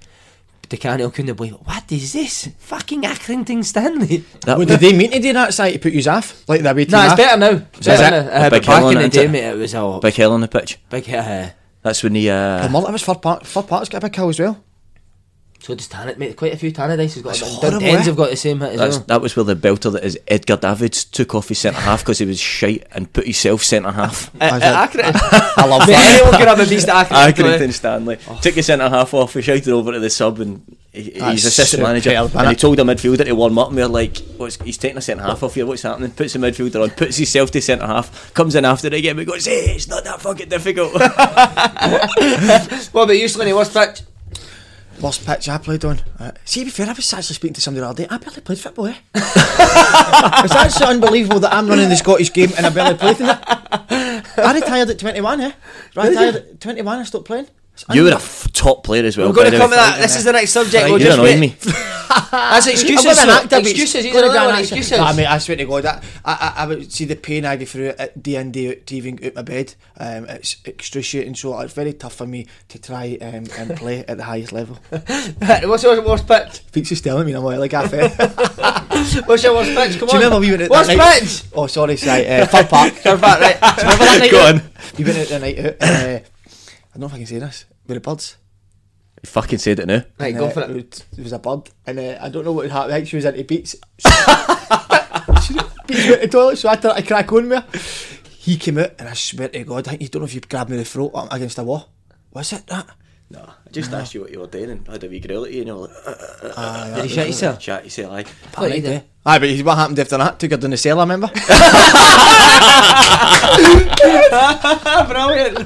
DeCanio couldn't believe it. What is this? Fucking Accrington Stanley. [LAUGHS] that what would did they mean to do that side to put you off? Like that way? Nah, it's better now. It's that better now. a Uh, big but hill back on in the it, day, isn't it? mate, it was all big hell on the pitch. big. Uh, That's when he. The Uh, mother was for part. For part's got a big hill as well. so does Tanit, mate. Quite a few Tannadice has got. That's Dun- horrible, Dunn's eh? have got the same hit as that's, [LAUGHS] well. that was where the belter that is Edgar Davids took off his centre half because he was shite and put himself centre half. I was uh, like, I [LAUGHS] [LAUGHS] love that. Anyone could have a beast at Accrington. Accrington Stanley took his centre half off. He shouted over to the sub and he, That's he's assistant manager. superb, and he innit? told the midfielder to warm up. And we are like, what's, he's taking a centre half off here. What's happening? Puts the midfielder on. Puts himself to centre half. Comes in after the game. and goes, hey, it's not that fucking difficult. What about you, Slaney? What's pitch? Worst pitch I played on. Uh, see, to be fair, I was actually speaking to somebody the other day. I barely played football. [LAUGHS] Eh? it's actually unbelievable that I'm running the Scottish game and I barely played in it. I retired at 21. Eh? I retired at 21. I stopped playing. It's [LAUGHS] you were a f- top player as well. We're going by to the way. come to that. This is the next subject. We'll You're just annoying wait. me. That's Ah, excuses. I've got an sir. actor, but Excuses. it's He's gonna be another an one. actor. Excuses. Ah, mate, I swear to God, I, I, I, I would see the pain I go through uh, at day in day out, teething out my bed. Um, it's excruciating, so it's very tough for me to try um, and play at the highest level. [LAUGHS] [LAUGHS] What's your worst pitch? Pete's just telling me I'm all like half. [LAUGHS] eh? What's your worst pitch? Come on. Do you remember we went out Worst that night? pitch. Oh, sorry, sorry. Uh, third park. [LAUGHS] Turn back, right. Do you remember [LAUGHS] that [LAUGHS] night Go out? on. We went out the night out. and, uh, I don't know if I can say this. With the birds. You fucking said it now. Right, And, go uh, for it. was- There was a bird, and uh, I don't know what had happened. I think she was [LAUGHS] into beats. beats went to the toilet, so I tried to crack on with her. He came out, and I swear to God, I think you don't know if you grabbed me in the throat up against a wall. Was it that? No, I just asked you what you were doing and had a wee grill at you. And you were like, [LAUGHS] Did he shut yourself? uh, chat. You say like, What you did? eh? Aye, but what happened after that? Took her down the [LAUGHS] cellar, remember? Brilliant.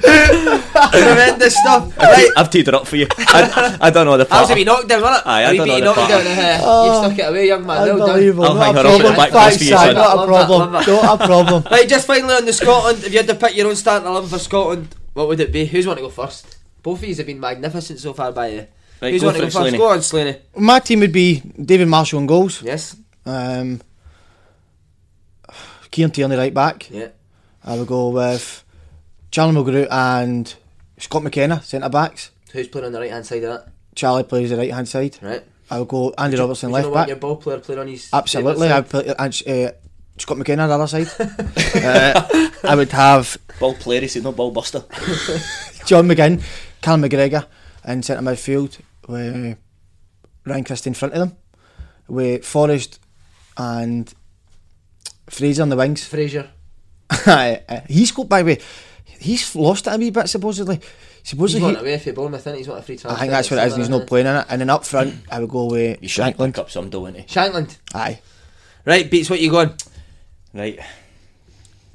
Tremendous stuff. I've, I've teed it up for you. [LAUGHS] I, I don't know the That was a part. wee knockdown, wasn't it? Aye, I Wee don't bit know knockdown. the part. uh, you stuck it away, young man. Well done. Unbelievable. I'll not hang a her up at the problem. back Thanks, post for you, son. Simon, Not a Love that, problem. love that. Not a problem. Right, just finally on the Scotland. If you had to pick your own starting eleven for Scotland, what would it be? Who's want to go first? Both of you have been magnificent so far, by the. Right, Who's go want to for it, go first? Slaney. Go on, Slaney. My team would be David Marshall in goals. Yes. Um, Kieran Tierney right back. Yeah. I would go with Charlie McGrew and Scott McKenna, centre backs. Who's playing on the right hand side of Charlie plays the right hand side. that? Right. I would go Andy Robertson Would you left not want back. your ball player playing on his. Absolutely, I favourite would put uh, uh, Scott McKenna on the [LAUGHS] other side. uh, I would have Ball player, he said no ball buster. John McGinn, Callum McGregor in centre midfield with Ryan Christie in front of them, with Forrest and Fraser on the wings. [LAUGHS] side? Fraser. Aye, uh, he's got by the way, he's lost it a wee bit supposedly. He's Supposedly, wanting he- away for Bournemouth, isn't he? He's wanting a free transfer. I think that's what it is. and He's not playing in it. And then up front, I would go with You should Shankland. pick up some dough, wouldn't you? Shankland. Aye, Right, beats what you going. Right,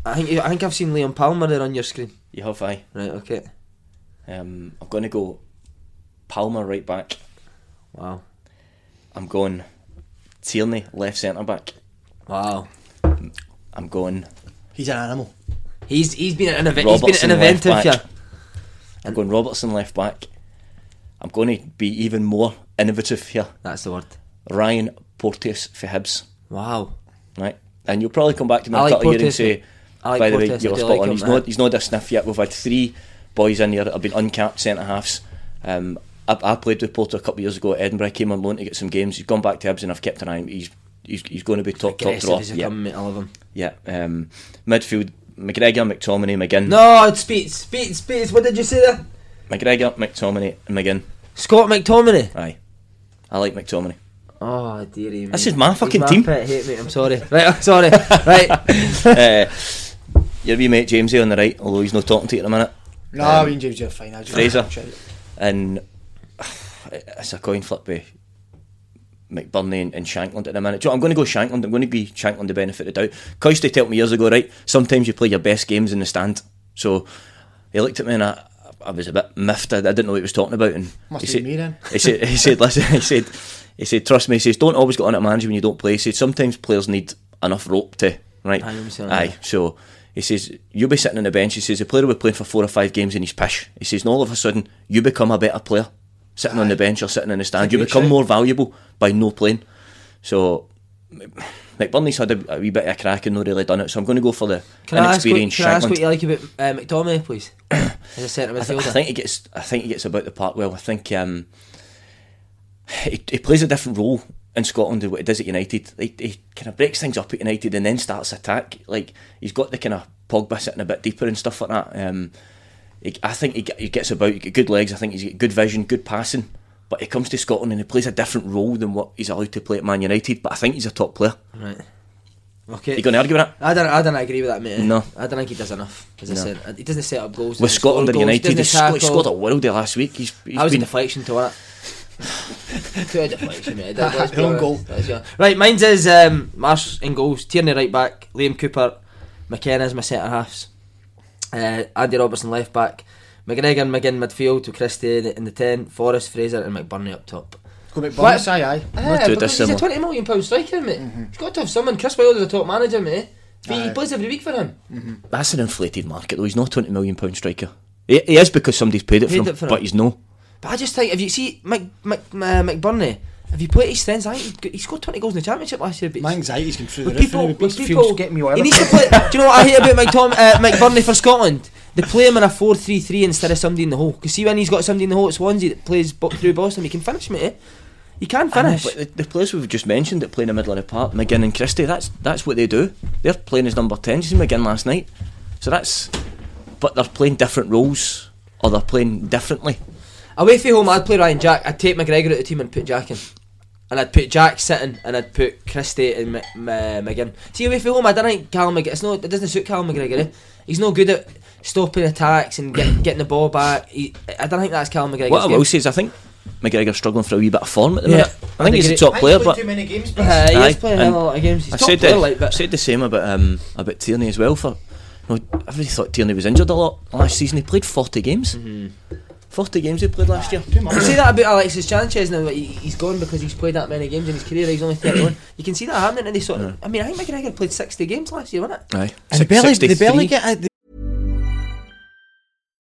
I think you, I think I've seen Liam Palmer there on your screen. you have I. Right, okay. Um, I'm going to go Palmer right back. Wow. I'm going Tierney left centre back. Wow. I'm going. he's an animal. He's he's been an event. He's Robertson been an left inventive. back. Yeah. I'm going Robertson left back. I'm going to be even more innovative here. That's the word. Ryan Porteous for Hibs. Wow. Right. And you'll probably come back to me I in a like couple of years and Porteous, say, I like by the way, Porteous, you I were do spot like on. him, He's eh? not, he's not a sniff yet. We've had three boys in here that have been uncapped centre halves. Um, I, I played with Porter a couple of years ago at Edinburgh. I came on loan to get some games. He's gone back to Hibs and I've kept an eye on him. He's, he's, he's going to be top, top Aggressive draw. as they Yeah. come, mate, I love him. yeah. Um, midfield, McGregor, McTominay, McGinn. No, it's Speeds, Speeds, Speeds. What did you say there? McGregor, McTominay, and McGinn. Scott McTominay. Aye. I like [LAUGHS] McTominay. Oh, dearie me. This is my He's fucking team. pet hate, mate. I'm sorry. Right, [LAUGHS] I'm sorry. right. [LAUGHS] uh, your wee mate Jamesy on the right, although he's not talking to you at the minute. No, I mean James, you're fine. I just- Fraser. And [SIGHS] it's a coin flip by McBurney and, and Shankland in a minute. Do you know what, I'm going to go Shankland. I'm going to give Shankland the benefit of the doubt. Coiste told me years ago, right? Sometimes you play your best games in the stand. So he looked at me and I, I was a bit miffed. I, I didn't know what he was talking about. And Must he be said- me then. He said, he said, listen, he said, he said, trust me. He says, don't always get on at manager when you don't play. He said, sometimes players need enough rope to right. Aye, I'm sorry. Aye. So he says, You'll be sitting on the bench. He says, The player will be playing for four or five games and he's pish. He says, And all of a sudden, you become a better player sitting on the bench or sitting in the stand. You great become shout. more valuable by no playing. So, McBurney's had a, a wee bit of a crack and not really done it. So I'm going to go for the Can I, ask what, inexperienced can I ask Shankland. what you like about uh, McTominay, please? As a centre I, th- I midfielder. think he gets. I think he gets about the park well. I think um, he, he plays a different role in Scotland than what he does at United. He, he kind of breaks things up at United and then starts attack. Like he's got the kind of Pogba sitting a bit deeper and stuff like that. Um, he, I think he, get- he gets about. He got good legs. I think he's got good vision, good passing. But he comes to Scotland and he plays a different role than what he's allowed to play at Man United. But I think he's a top player. Right. Are Okay. you going to argue with that? I don't. I don't agree with that, mate. No. I don't think he does enough. As I No. said, he doesn't set up With goals. doesn't score Scotland and goals, United, doesn't he scored, he tackle. scored a worldie last week. He's, he's How was a been deflection to that? [LAUGHS] to a deflection, mate. That- [LAUGHS] let's be Own honest. goal. Let's be honest. Right, mine's is um, Marsh in goals, Tierney right back, Liam Cooper, McKenna's my centre halves, uh, Andy Robertson left back, McGregor and McGinn midfield to Christie in the, in the 10, Forrest, Fraser, and McBurney up top. Go What? McBurney, aye, aye. Not Eh, too because he's a dissimilar. 20 million pound striker, mate. He's got to have someone. Chris Wilder's a top manager, mate. He, he Mhm. Aye. Mm. plays every week for him. That's an inflated market though. He's not a twenty million pound striker. He, he is because somebody's paid it, Paid for, him, it for but him. he's no. But I just think if you see Mc, Mc, uh, McBurney, if you play his strengths, I think he'd go- he scored 20 goals in the championship last year. But My he's- anxiety's going through the With roof. people, now. with Beats people, Fields getting me he whatever. needs to play. Do you know what I hate [LAUGHS] about Mike Tom, uh, Mike Burnley for Scotland? They play him in a 4-3-3 instead of somebody in the hole. Because see when he's got somebody in the hole at Swansea that plays bo- through Boston, he can finish, mate. eh? He can finish. But the, the players we've just mentioned that play in the middle of the park, McGinn and Christie, that's that's what they do. They're playing as number ten. You see McGinn last night, so that's. But they're playing different roles, or they're playing differently. Away from home, I'd play Ryan Jack. I'd take McGregor out of the team and put Jack in. And I'd put Jack sitting, and I'd put Christie and M- M- McGinn. See, away from home, I don't think Callum McGregor. It's not, it doesn't suit Callum McGregor. Eh? He's no good at stopping attacks and get, getting the ball back. He, I don't think that's Callum McGregor. What I will say is, I think McGregor's struggling for a wee bit of form at the Yeah. minute. I think he's a top player, but too many games, but Uh, he Aye, is playing a and hell of a lot of games. He's I top said, player, the, like, but said the same about um, about Tierney as well. For you know, everybody thought Tierney was injured a lot last season. He played forty games. Mm-hmm. Forty games he played last year. You can see that about Alexis Sanchez now. Like, he- he's gone because he's played that many games in his career. He's only 31. you can see that happening. And they sort of, I mean, I think McGregor played 60 games last year, wasn't it? Aye, they Six- barely, they 63. barely get. They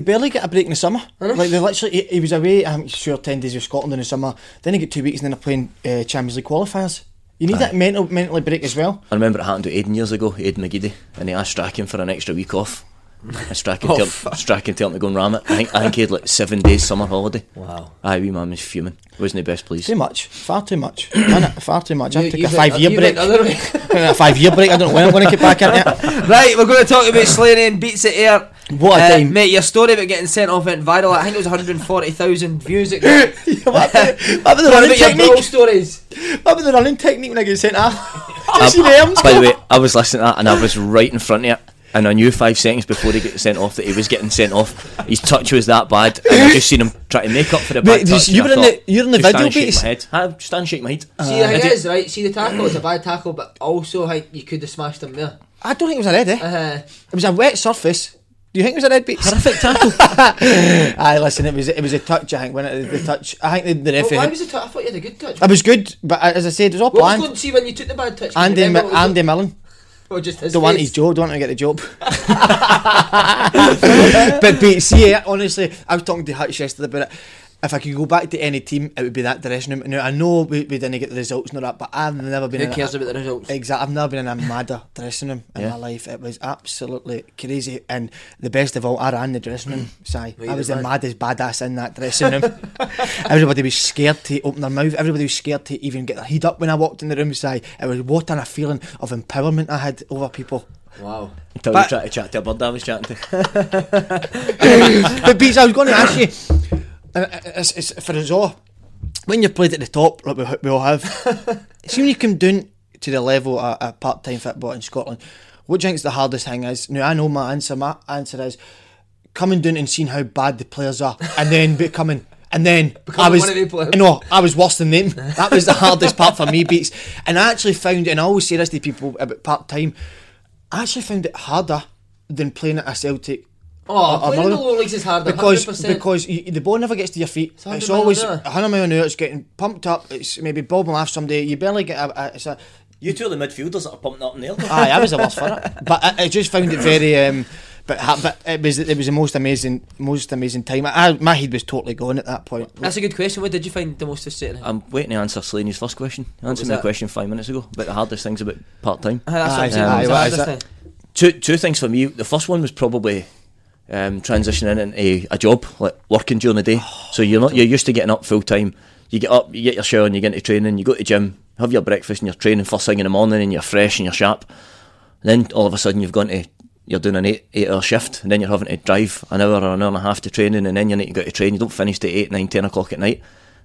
barely get a break in the summer. Like they literally, he, he was away. I'm sure ten days with Scotland in the summer. Then he got two weeks, and then they're playing uh, Champions League qualifiers. You need that mental, mentally break as well. I remember it happened to Aidan years ago, Aidan McGiddy, and he asked Strachan for an extra week [LAUGHS] off. And Strachan, Oh, tell, fuck. Strachan tell him to go and ram it. I think, I think he had like seven days summer holiday. Wow. Aye, wee man was fuming. Wasn't the best pleased. Too much, far [CLEARS THROAT] too much, innit? Far too much. I took a five year you break. went [LAUGHS] the other way. a five year break. I don't know when I'm going to get back in it. right, we're going to talk about Slaney beats the air. What a Uh, time. mate! Your story about getting sent off went viral. I think it was 140,000 views. It [LAUGHS] got. What about the- what about the What running about your technique? Uh, brawl stories? What about the running technique when I get sent ah. off? You Um, see the arms by the go? way, I was listening to that [LAUGHS] and I was right in front of it. And I knew five seconds before he got sent off that he was getting sent off. His touch was that bad, and I just seen him try to make up for the Mate, bad just- touch. and you I were in thought, the- you were in the just stand video Uh, and shake piece. My head. I just stand and shake my head. See the I thing did- is, right? See the tackle. It's a bad tackle, but also like you could have smashed him there. I don't think it was a red. Eh? Uh, It was a wet surface. Do you think it was a red beat? [LAUGHS] Horrific tackle. Aye, listen, it was it was a touch. I think when it, the touch, I think the, the well, referee. why was the touch? I thought you had a good touch. it was good, but as I said, it was all What was going planned. to see when you took the bad touch? Can you Andy, remember Mi- what was Andy going- Millen, or just his the one face? he's Joe, don't want to get [LAUGHS] the job. [LAUGHS] but but see, eh, honestly, I was talking to Hutch yesterday about it. If I could go back to any team, it would be that dressing room. Now I know we, we didn't get the results and all that, but I've never been. Who in cares a, about the results? Exactly. I've never been in a madder dressing room in my life. It was absolutely crazy, and the best of all, I ran the dressing [CLEARS THROAT] room. Si, I was the maddest badass in that dressing [LAUGHS] room. Everybody was scared to open their mouth. Everybody was scared to even get their head up when I walked in the room. Si, it was what a feeling of empowerment I had over people. Wow. Mm. Until you But- tried to chat to a bird I was chatting to. [LAUGHS] but Beats, I was going to ask you, uh, uh, it's, it's for us all, when you've played at the top, like we, ha- we all have, see when you come down to the level of, of part time football in Scotland, what do you think's the hardest thing is? Now, I know my answer. My answer is coming down and seeing how bad the players are and then becoming. And then I Becoming was, one of the players. no, I was worse than them. That was the hardest part for me, Beats. And I actually found, and I always say this to people about part time, I actually found it harder than playing at a Celtic Oh, a- a playing the million- low leagues is harder. because 100%. because you, the ball never gets to your feet. It's, 100 mile an always hour. 100 mile an hour. It's getting pumped up. It's maybe bobbing off someday. You barely get a. a it's a You two are the midfielders that are pumping up in the air. aye, I was the worst [LAUGHS] for it. But I, I just found it very. Um, but ha- but it was it was the most amazing most amazing time. I, my head was totally gone at that point. That's a good question. What did you find the most frustrating? I'm waiting to answer Slaney's first question. Answer was me a that? question five minutes ago about the hardest things about part time. Aye, that's what Aye, I'm saying. aye, What's the what hardest is it? thing? Two two things for me. The first one was probably um, transitioning into a job, like working during the day. so you're not you're used to getting up full time. You get up, you get your shower, and you get into training. You go to gym, have your breakfast, and you're training first thing in the morning, and you're fresh and you're sharp. then all of a sudden you've gone to you're doing an eight eight hour shift, and then you're having to drive an hour or an hour and a half to training, and then you need to go to train. You don't finish till eight, nine, ten o'clock at night.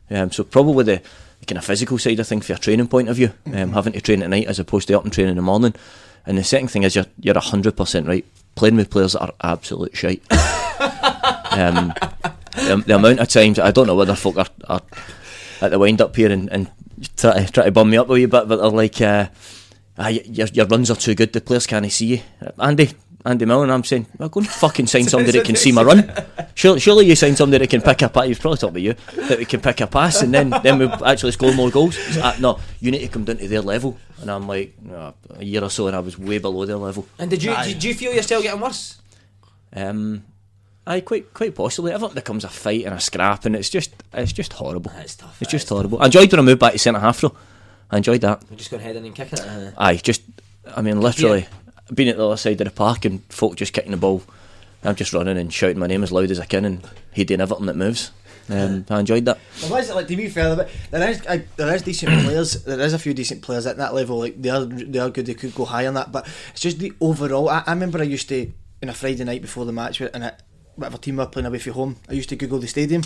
Um, so probably the, the kind of physical side of things for your training point of view, um, having to train at night as opposed to up and train in the morning. And the second thing is you're you're hundred percent right. Playing with players that are absolute shite. um, the, the amount of times I don't know whether folk are, are at the wind up here and, and try to try to bum me up a wee bit, but they're like, uh, ah, y- your, your runs are too good. The players can't see you, Andy. Andy Millen, I'm saying, well, go and fucking sign somebody that can see my run. Surely, surely you sign somebody that can pick a pass. He's probably talking about you that we can pick a pass, and then then we actually score more goals. He's, "Ah, no, you need to come down to their level. And I'm like, "No, a year or so, and I was way below their level. And did you did you feel yourself getting worse? Um, I quite quite possibly. Everything becomes a fight and a scrap, and it's just it's just horrible. It's tough. It's just horrible. I enjoyed when I moved back to centre half though. I enjoyed that. We're just going heading [LAUGHS] and kicking it. uh, I just, I mean, literally being at the other side of the park and folk just kicking the ball. I'm just running and shouting my name as loud as I can and hitting everything that moves. Um, I enjoyed that. Well, what is it like to be fair? But there is I, there is decent players. There is a few decent players at that level. Like they are they are good. They could go higher than that. But it's just the overall. I, I remember I used to on a Friday night before the match, and I, whatever team we were playing away from home, I used to Google the stadium,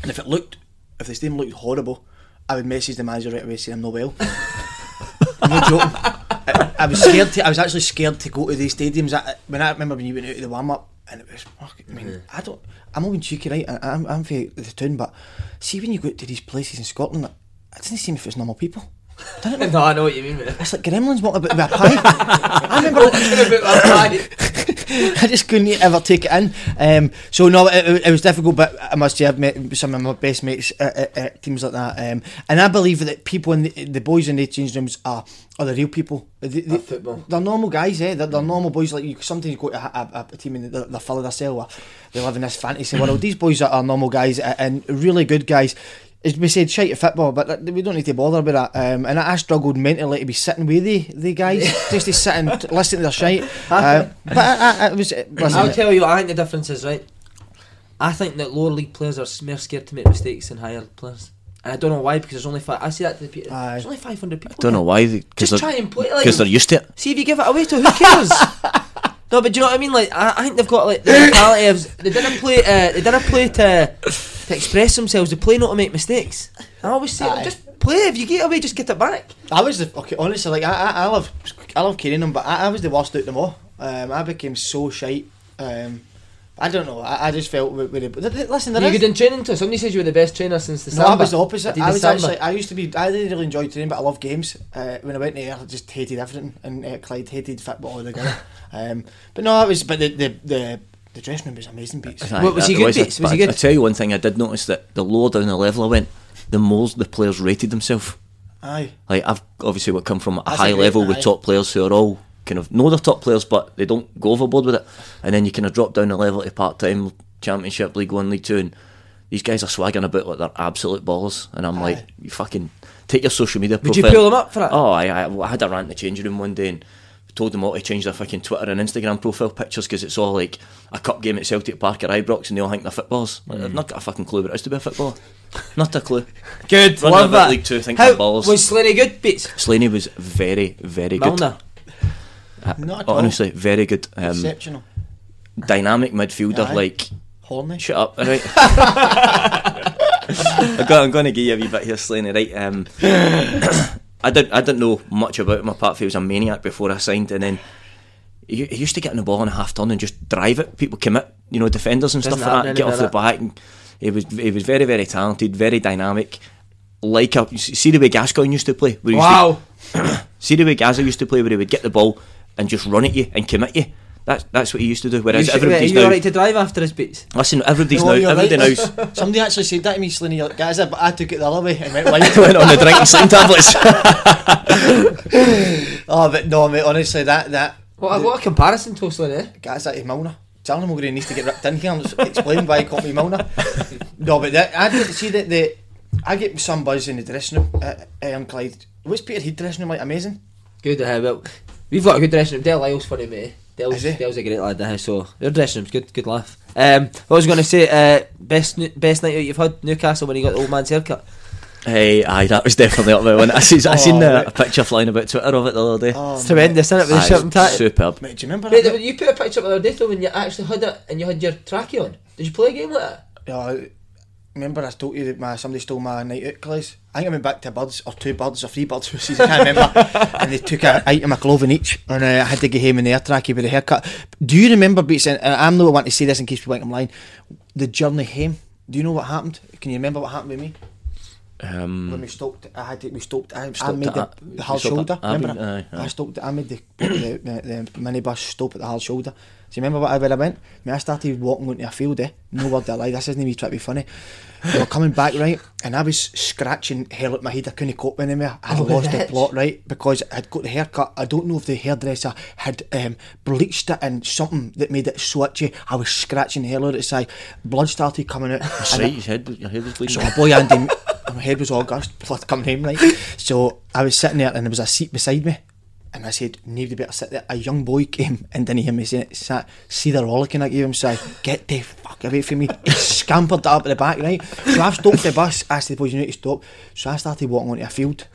and if it looked, if the stadium looked horrible, I would message the manager right away saying I'm not well. [LAUGHS] I'm not joking. I, I was scared. To, I was actually scared to go to these stadiums. I, I- when I remember when you went out to the warm up, and it was. fuck, I mean, I don't. I'm not being cheeky, right? I, I'm I'm for the town, but see when you go to these places in Scotland, it doesn't seem if it's normal people. no, I know what you [LAUGHS] mean. mate. It's like gremlins walking about with a pie. I remember. [LAUGHS] I just couldn't ever take it in. Um, so no, it- it, it was difficult. But I must say, I've met some of my best mates at, at, at teams like that, um, and I believe that people in the, the boys in the change rooms are are the real people. They, they, football. They're normal guys, eh? They're, they're normal boys. Like you sometimes go to a, a, a team and they're, they're full of themselves. or They live in this fantasy world. These boys are, are normal guys a- and really good guys. As we said, shite at football, but that- we don't need to bother about that. Um, and I, I struggled mentally to be sitting with the, the guys, just to sit and t- listen to their shite. Uh, but I, I, I was. Listen, I'll tell you, what I think the difference is right. I think that lower league players are s- more scared to make mistakes than higher players, and I don't know why because there's only five. I see that to the people. Aye. There's only 500 people. Don't know why because Just they're, try and play like 'cause they're used to it. See if you give it away to who [LAUGHS] cares. no, but do you know what I mean? Like I, I think they've got like the mentality of they didn't play. Uh, they didn't play to to express themselves. They play not to make mistakes. I always say Aye. just play. If you get away, just get it back. I was the okay. Honestly, like I, I, I love, I love carrying them, but I, I was the worst out of them all. Um, I became so shite. Um, I don't know. I, I just felt with, with it. But th- th- listen, there You're is- good in training too. Somebody says you were the best trainer since the no, I was the I opposite. did I the was samba. actually. I used to be. I didn't really enjoy training, but I loved games. Uh, when I went there, I just hated everything, and uh, Clyde hated [LAUGHS] football altogether. um, but no, it was. But the the the, the dressing room was amazing. Beats. Aye, What, was that he good, a- Beats? Was he but I- good? I tell you one thing, I did notice that the lower down the level I went, the more the players rated themselves. Aye. Like I've obviously would come from a That's a high great- level aye. with top players who are all kind of know they're top players, but they don't go overboard with it. And then you kind of drop down a level to part time championship, League One, League Two, and these guys are swagging about like they're absolute ballers. And I'm like, you fucking take your social media. Would you profile- pull them up for that? Oh, I, I, well, I had a rant in the changing room one day and told them all to change their fucking Twitter and Instagram profile pictures because it's all like a cup game at Celtic Park or Ibrox and they all think they're footballers. Like, Mm. They've not got a fucking clue what it is to be a footballer. not a clue. Good, Running love about that. League Two, think How they're ballers. was Slaney good, Beats? Slaney was very, very Milner. good. Not at Oh. all. Uh, Honestly, very good. Um, Exceptional. dynamic midfielder, Aye. like Horny. shut up, [LAUGHS] right? I got, I'm going to give you a wee bit here, Slaney, right? Um, [COUGHS] I didn't, I didn't know much about him apart from he was a maniac before I signed, and then he, he used to get in the ball on a half turn and just drive it. People commit, you know, defenders and Doesn't stuff like happen that, get off the anymore, back. And he was, he was very, very talented, very dynamic. Like a, see the way Gascoigne used to play. where he used to- Wow. See the way Gaza used to play where he would get the ball and just run at you and commit you. That's that's what he used to do. Whereas you, everybody's are you now alright to drive after his beats? listen. Everybody's now No, you're everybody right. now's [LAUGHS] [LAUGHS] Somebody actually said that to me, Slaney. Like, Guys, I, but I took it the other way and [LAUGHS] went wide. went on the drinking sling [LAUGHS] tablets. oh, but no, mate. Honestly, that that What, what a comparison to Slaney, eh? guys that is Milner. Tell him Mulgrew needs to get ripped in here and s- explain why he called me Milner. no, but that, I get, see that the I get some buzz in the dressing room. Uh, um, Clyde, what's Peter Heath dressing room like? Amazing. Good, uh, well, we've got a good dressing room. Dale Lyle's funny, mate. Dale's, Is he? Dale's a great lad, eh, so their dressing room's good, good laugh. Um, what was going to say, uh, best nu- best night out you've had, Newcastle, when he got the old man's haircut. hey, aye, that was definitely up there. When I seen, I seen uh, Oh, a picture flying about Twitter of it the other day. It's tremendous, isn't it, with the Aye, shirt and tie? superb. Mate, do you remember Mate, that? you put a picture up the other day, though, when you actually had it and you had your trackie on. Did you play a game like that? Yeah, remember I told you that my somebody stole my night out clothes. I think I went back to birds or two birds or three birds. [LAUGHS] Who sees? I can't remember. and they took an item of clothing each, and uh, I had to get him in the air trackie with a haircut. Do you remember? Beats, and I'm not want to say this in case people think I'm lying. The journey home. Do you know what happened? Can you remember what happened with me Um, when we stopped? I had to, we stopped. I, I stopped made at the, Ab- the hard we stopped shoulder. at Remember? Aberdeen, aye, I aye. stopped. I made the the, the, the minibus stop at the hard shoulder. Do you remember what I where I went? I, mean, I started walking into a field. Eh? No word of a lie. This isn't even trying to be funny. We were coming back right, and I was scratching hell out my head. I couldn't cope with anymore. I had lost the plot right because I had got the haircut. I don't know if the hairdresser had um, bleached it in something that made it so itchy. I was scratching the hell out of the side. Blood started coming out. and I- Right, his head, your head was bleeding. so my boy Andy, my head was all gashed, blood coming home, right? So I was sitting there and there was a seat beside me. And I said, nobody better sit there. A young boy came and didn't hear me say it. Sat, see the rollicking I gave him, said, get the fuck away from me. He scampered up at the back, right? So I've stopped the bus, asked the boys, you need to stop. So I started walking onto a field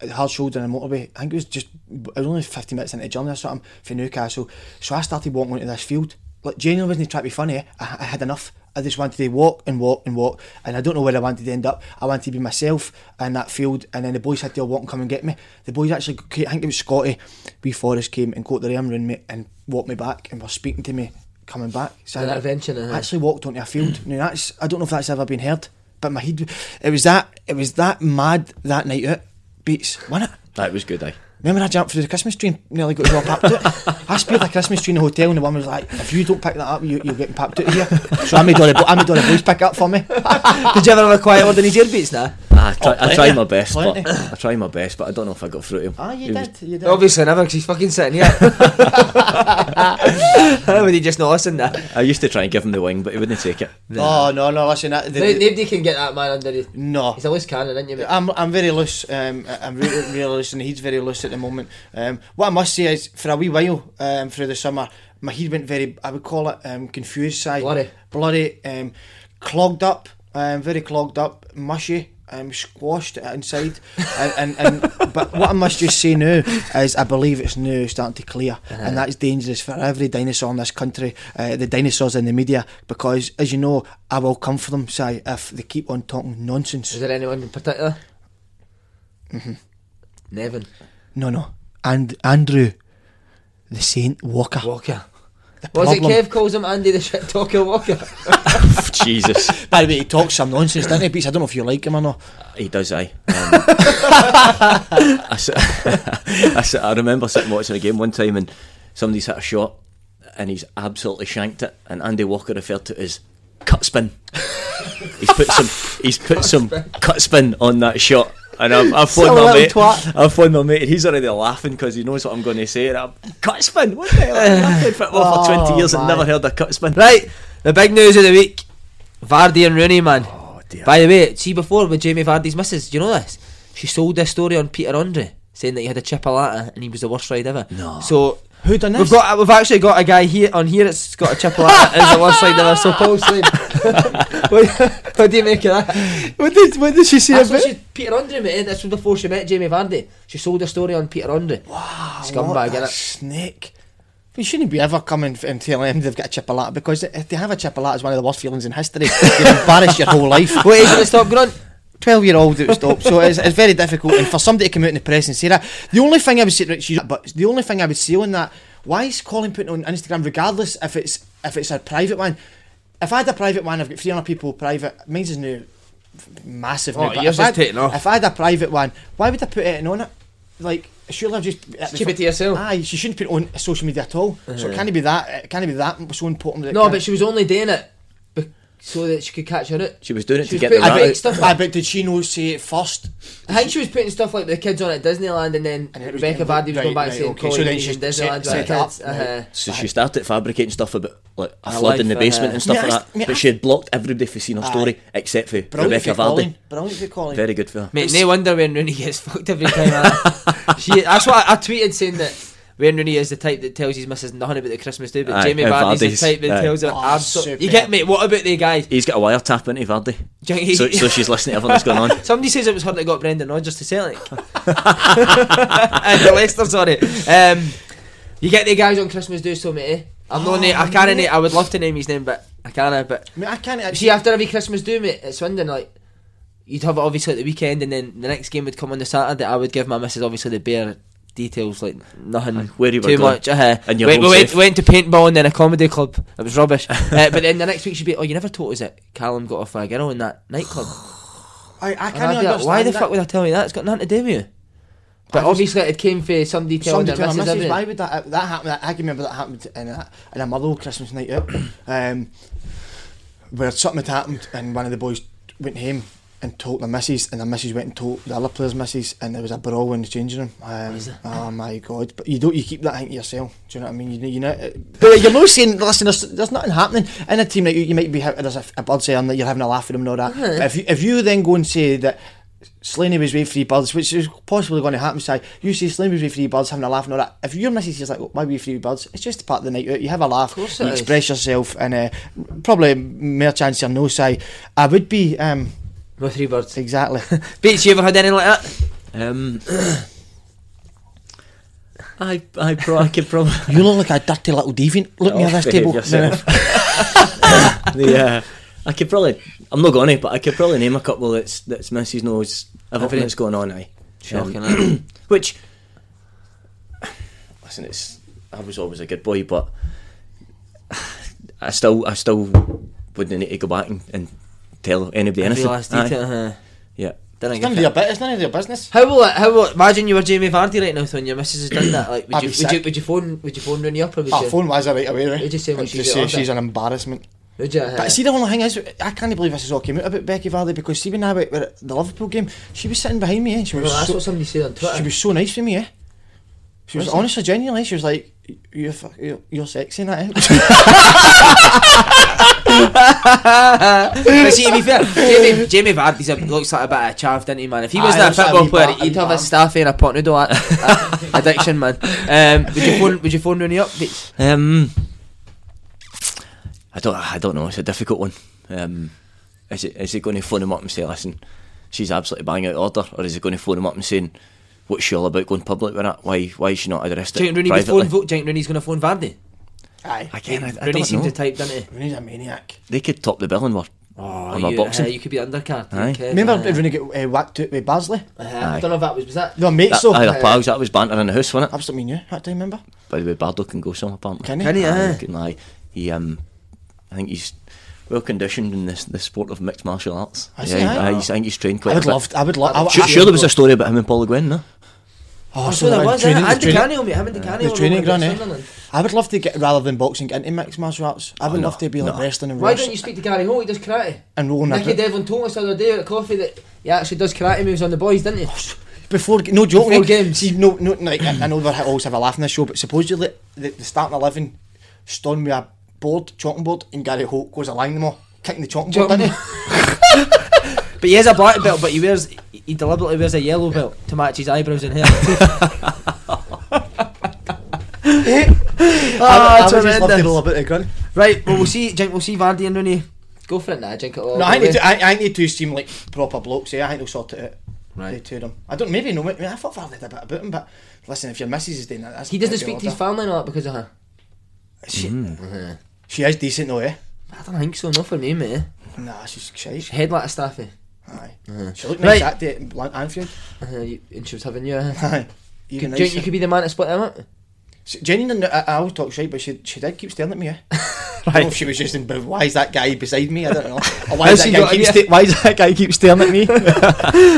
at the hard shoulder and a motorway. I think it was just, it was only 50 minutes into the journey or something for Newcastle. So I started walking onto this field. Like, genuinely wasn't trying to be funny. eh? I, I had enough. I just wanted to walk and walk and walk, and I don't know where I wanted to end up. I wanted to be myself in that field, and then the boys had to all walk and come and get me. The boys actually, I think it was Scotty, wee Forrest came and caught the arm round me and walked me back and were speaking to me coming back. So An I adventure, uh-huh. actually walked onto a Mm. field. now that's I don't know if that's ever been heard, but my head, it was that it was that mad that night out beats, wasn't it? that was good, aye. Remember I jumped through the Christmas tree and nearly got drop papped out? I speared the Christmas tree in the hotel and the woman was like, if you don't pick that up, you, you're getting papped out here. So I made all the, bo- I made all the boys pick it up for [LAUGHS] me. Did you ever have a quiet word in his earbeats now? I, try, I tried my best, Oh, Plenty. but I tried my best, but I don't know if I got through to him. Ah, you He was- did, you did. Obviously never, because he's fucking sitting [LAUGHS] here. Would he just not listen to that? I used to try and give him the wing, but he wouldn't take [LAUGHS] it. Oh, no, no, listen, that, the, the, Nobody can get that man under his... no. He's a loose cannon, isn't he, mate? I'm, I'm very loose. Um, I- I'm really, really loose, and he's very loose at the moment. Um, what I must say is, for a wee while um, through the summer, my head went very, I would call it um, confused side. Blurry. Bloody, um, clogged up, um, very clogged up, mushy, um, squashed inside. and, and, and But what I must just say now is I believe it's now starting to clear. And that's dangerous for every dinosaur in this country, uh, the dinosaurs in the media, because as you know, I will come for them, Si, if they keep on talking nonsense. Is there anyone in particular? Mm-hmm. Nevin No, no. And Andrew, the Saint Walker. Walker. The What is it? problem- Kev calls him Andy the shit talker Walker. Jesus, By the way, he talks some nonsense, doesn't he? Beats? I don't know if you like him or not. he does, aye. Um, I, s- [LAUGHS] I s- I remember sitting watching a game one time and somebody's hit a shot and he's absolutely shanked it, and Andy Walker referred to it as cut spin. He's put some, he's put some cut spin on that shot. And I've, I've phoned Some my little mate. twat. I've phoned my mate, and he's already laughing because he knows what I'm going to say. And I'm cut spin. What the hell? I've played football for twenty years and never heard a cut spin. right, the big news of the week: Vardy and Rooney, man. By the way, see before with Jamie Vardy's missus, do you know this? She sold this story on Peter Andre, saying that he had a chipolata and he was the worst ride ever. No. So Who done this? we've got we've actually got a guy here on here that's got a chipolata is the worst ride ever. So Paul Slade, [LAUGHS] what, what do you make of that? what did what did she say That's what she, Peter Andre, mate. eh? That's from before she met Jamie Vardy. She sold her story on Peter Andre. Wow, scumbag, a innit? Ah, snake. You shouldn't be ever coming f- and telling them they've got a chipolata because if they have a chipolata, it's one of the worst feelings in history. [LAUGHS] you embarrass your whole life. Wait, is it stop grunt? 12 year old it would stop. So it's, it's very difficult. And for somebody to come out in the press and say that, the only thing I would say, right, she's- but the only thing I would say on that, why is Colin putting on Instagram, regardless if it's if it's a private one? If I had a private one, I've got 300 people private. Mine's is new, massive. Oh, now, but yours if I is had- taking off. If I had a private one, why would I put it on it? Like, surely I've just keep it to yourself. Uh-huh. Aye, she shouldn't put it on social media at all. So it can't be that. It can't be that so important. That it No, can't- but she was only doing it be- so that she could catch her route. She was doing it to was get the putting rat fake out. stuff. Aye, but did she know say it first? I think she was putting stuff like the kids on at Disneyland, and then And it was Rebecca getting- Vardy was right, going back right, saying, okay, "Call so then you she in Disneyland set- with set it her up, kids." right. Uh-huh. So she started fabricating stuff about like a Her flood in the life, basement uh, and stuff Me like asked- me that. But she had blocked everybody for seeing her Aye. story except for Brilliant Rebecca for Colin. Vardy. Brilliant for Colin. Very good for her. Mate, no wonder Wayne Rooney gets fucked every time. [LAUGHS] I, she, that's why I, I tweeted saying that Wayne Rooney is the type that tells his missus nothing about the Christmas do, but Aye, Jamie and Vardy's the Vardy's- type that aye. tells her Oh, absolutely. You super. get me? What about the guy? He's got a wiretap into Vardy. Do you think he- So, so she's listening to everything that's going on. Somebody says it was her that got Brendan Rodgers to Celtic. [LAUGHS] and the Leicester, sorry. Um, you get the guys on Christmas do so, mate. eh? I'm not. na- I can't. na- I would love to name his name, but I can't. But I mean, I can't. See, actually- after every Christmas do, mate, at Swindon, like, you'd have it obviously at the weekend, and then the next game would come on the Saturday. I would give my missus obviously the bare details, like nothing where you were too going. much. Uh, And and your went, we home went, safe. went to paintball and then a comedy club. It was rubbish. uh, but then the next week she'd be, oh, you never told us that Callum got off a girl in that nightclub. I, I And can't I'd be like, understand why the that. fuck would I tell you that? It's got nothing to do with you. But I was- obviously it came for somebody telling their Somebody missus, tell my missus, didn't it? why would that that happen? I can remember that happened in a, in a Motherwell Christmas [COUGHS] night out, um, where something had happened and one of the boys went home and told the missus, and the missus went and told the other player's missus, and there was a brawl in the changing room. Um, oh my god! But you don't, you keep that thing to yourself. Do you know what I mean? You, know- [LAUGHS] you know, but you're not saying, listen, there's, there's nothing happening in a team like you. You might be ha- there's a, a bird saying that you're having a laugh at him and all that. But if you, if you then go and say that. Slaney was with three birds, which is possibly going to happen. Si, you see Slaney was with three birds, having a laugh and all that. If your missus is like, "Why were you three birds?" It's just a part of the night out. You have a laugh, course you it is. express yourself, and uh, probably mere chance you're no Si. I would be um, With three birds. exactly. [LAUGHS] Beats, you ever had anything like that? Um, I, I, pro- I could probably. you look like a dirty little deviant. Look me Oh, at this behave table. [LAUGHS] yourself. [LAUGHS] the, uh, I could probably. I'm not going to, but I could probably name a couple that's that's missus knows everything that's going on. Aye, Shocking, Um, [CLEARS THROAT] which, listen, it's I was always a good boy, but I still I still wouldn't need to go back and, and tell anybody Every anything. last Aye, detail, huh? Yeah. Then I It's get none of your bu- it's none of your business. How will it, how will imagine you were Jamie Vardy right now, so and your missus has done that. Like, would I'd you, be would you sick. would you phone would you phone Rooney up or would Ah, you phone wise, right away. Right? You just say what And she just did say on she's that. an embarrassment. Would you? uh, But see, the only thing is, I can't believe this has all came out about Becky Varley because see when I went were at the Liverpool game, she was sitting behind me. Eh? She was well, that's so- what somebody said on Twitter. She was so nice to me, eh? She was honestly, genuinely. She was like, "You're fuck- you're, you're sexy, and that." Eh? but see, to be fair, [LAUGHS] Jamie, Jamie Vardy's a, looks like a bit of a chav, didn't he, man? If he was Aye, that looks like a football wee player, bat- he'd wee have a bat. staffy and a pot noodle a- a- [LAUGHS] addiction, man. Um, would you phone would you phone Rooney up? Beats? Um, I don't. I don't know. It's a difficult one. Um, is it is it going to phone him up and say, "Listen, she's absolutely bang out of order," or is it going to phone him up and saying, "What's she all about going public with that? Why why is she not addressed Do you it think Rooney would phone? privately?" Vo- do you think Rooney's going to phone Vardy? Aye, Again, I, Uh, I Rooney don't seems know. the type, doesn't he? Rooney's a maniac. They could top the bill and we're Oh, I'm you, a boxing. uh, you could be undercard. Aye. Okay, Remember uh, when Rooney got uh, whacked out by Barsley? uh, I don't know if that was was that. No, mate, that, so aye, our uh, pals, that was banter in the house, wasn't it? absolutely knew that time. Remember? By the way, Bardo can go some apparently. Can he? Can he, Aye, aye. he can, aye. He, um, I think he's well conditioned in this the sport of mixed martial arts. I see, aye. he's, I think he's trained quite I would a bit. love. I would love. I, Sure, I- sure there was a story about him and Paul Le Guin, no? Oh, Oh, so so there the was. eh? training- the Andy training- Canio, mate. Andy Canio. the training ground, eh? Sunderland. I would love to get rather than boxing get into mixed martial arts. I would no, love to be like no. wrestling and Why wrestling don't you speak to Gary Hall? He does karate. and rolling. Nicky about. Devlin told us the other day at coffee that he actually does karate moves on the boys, didn't he? Before no joke, Before like, games. See, no, no, like, I I know we always have a laugh in this show, but supposedly the, the starting eleven stone with a board, chalking board, and Gary Holt goes aligning them all, kicking the chalking board, Chalking doesn't he? [LAUGHS] But he has a black belt, but he wears he deliberately wears a yellow belt to match his eyebrows [LAUGHS] and hair. I, Ah, would just love to tremendous. roll a bit of grunt. Right, well we'll see. Jink, we'll see Vardy and Rooney. Go for it now. Jink it all. No, I the think, the way. two, I, I think the two seem like proper blokes. Yeah, I think they'll sort it out. Right. The two of them. I don't maybe know. I, mean, I thought Vardy had a bit about him, but listen, if your missus is doing that, that's He doesn't that'd be speak to his Mm. order. family and all that because of her. She, Mm-hmm. she is decent though, eh? I don't think so. Not for me, mate. Nah, she's shite. Head like a eh? staffy. Aye. She looked Right. nice that day at Lan- Anfield. Uh, you- and she was having you. Uh, Aye. do you Even think you nicer. could be the man to split them up? She- Jenny, didn't- I, I always talk shit, but she she did keep staring at me. [LAUGHS] Eh? I don't know if she was just in, but why is that guy beside me? [LAUGHS] I don't know. Or why, Has is that she guy got keep any- [LAUGHS] sta- why is that guy keep staring at me?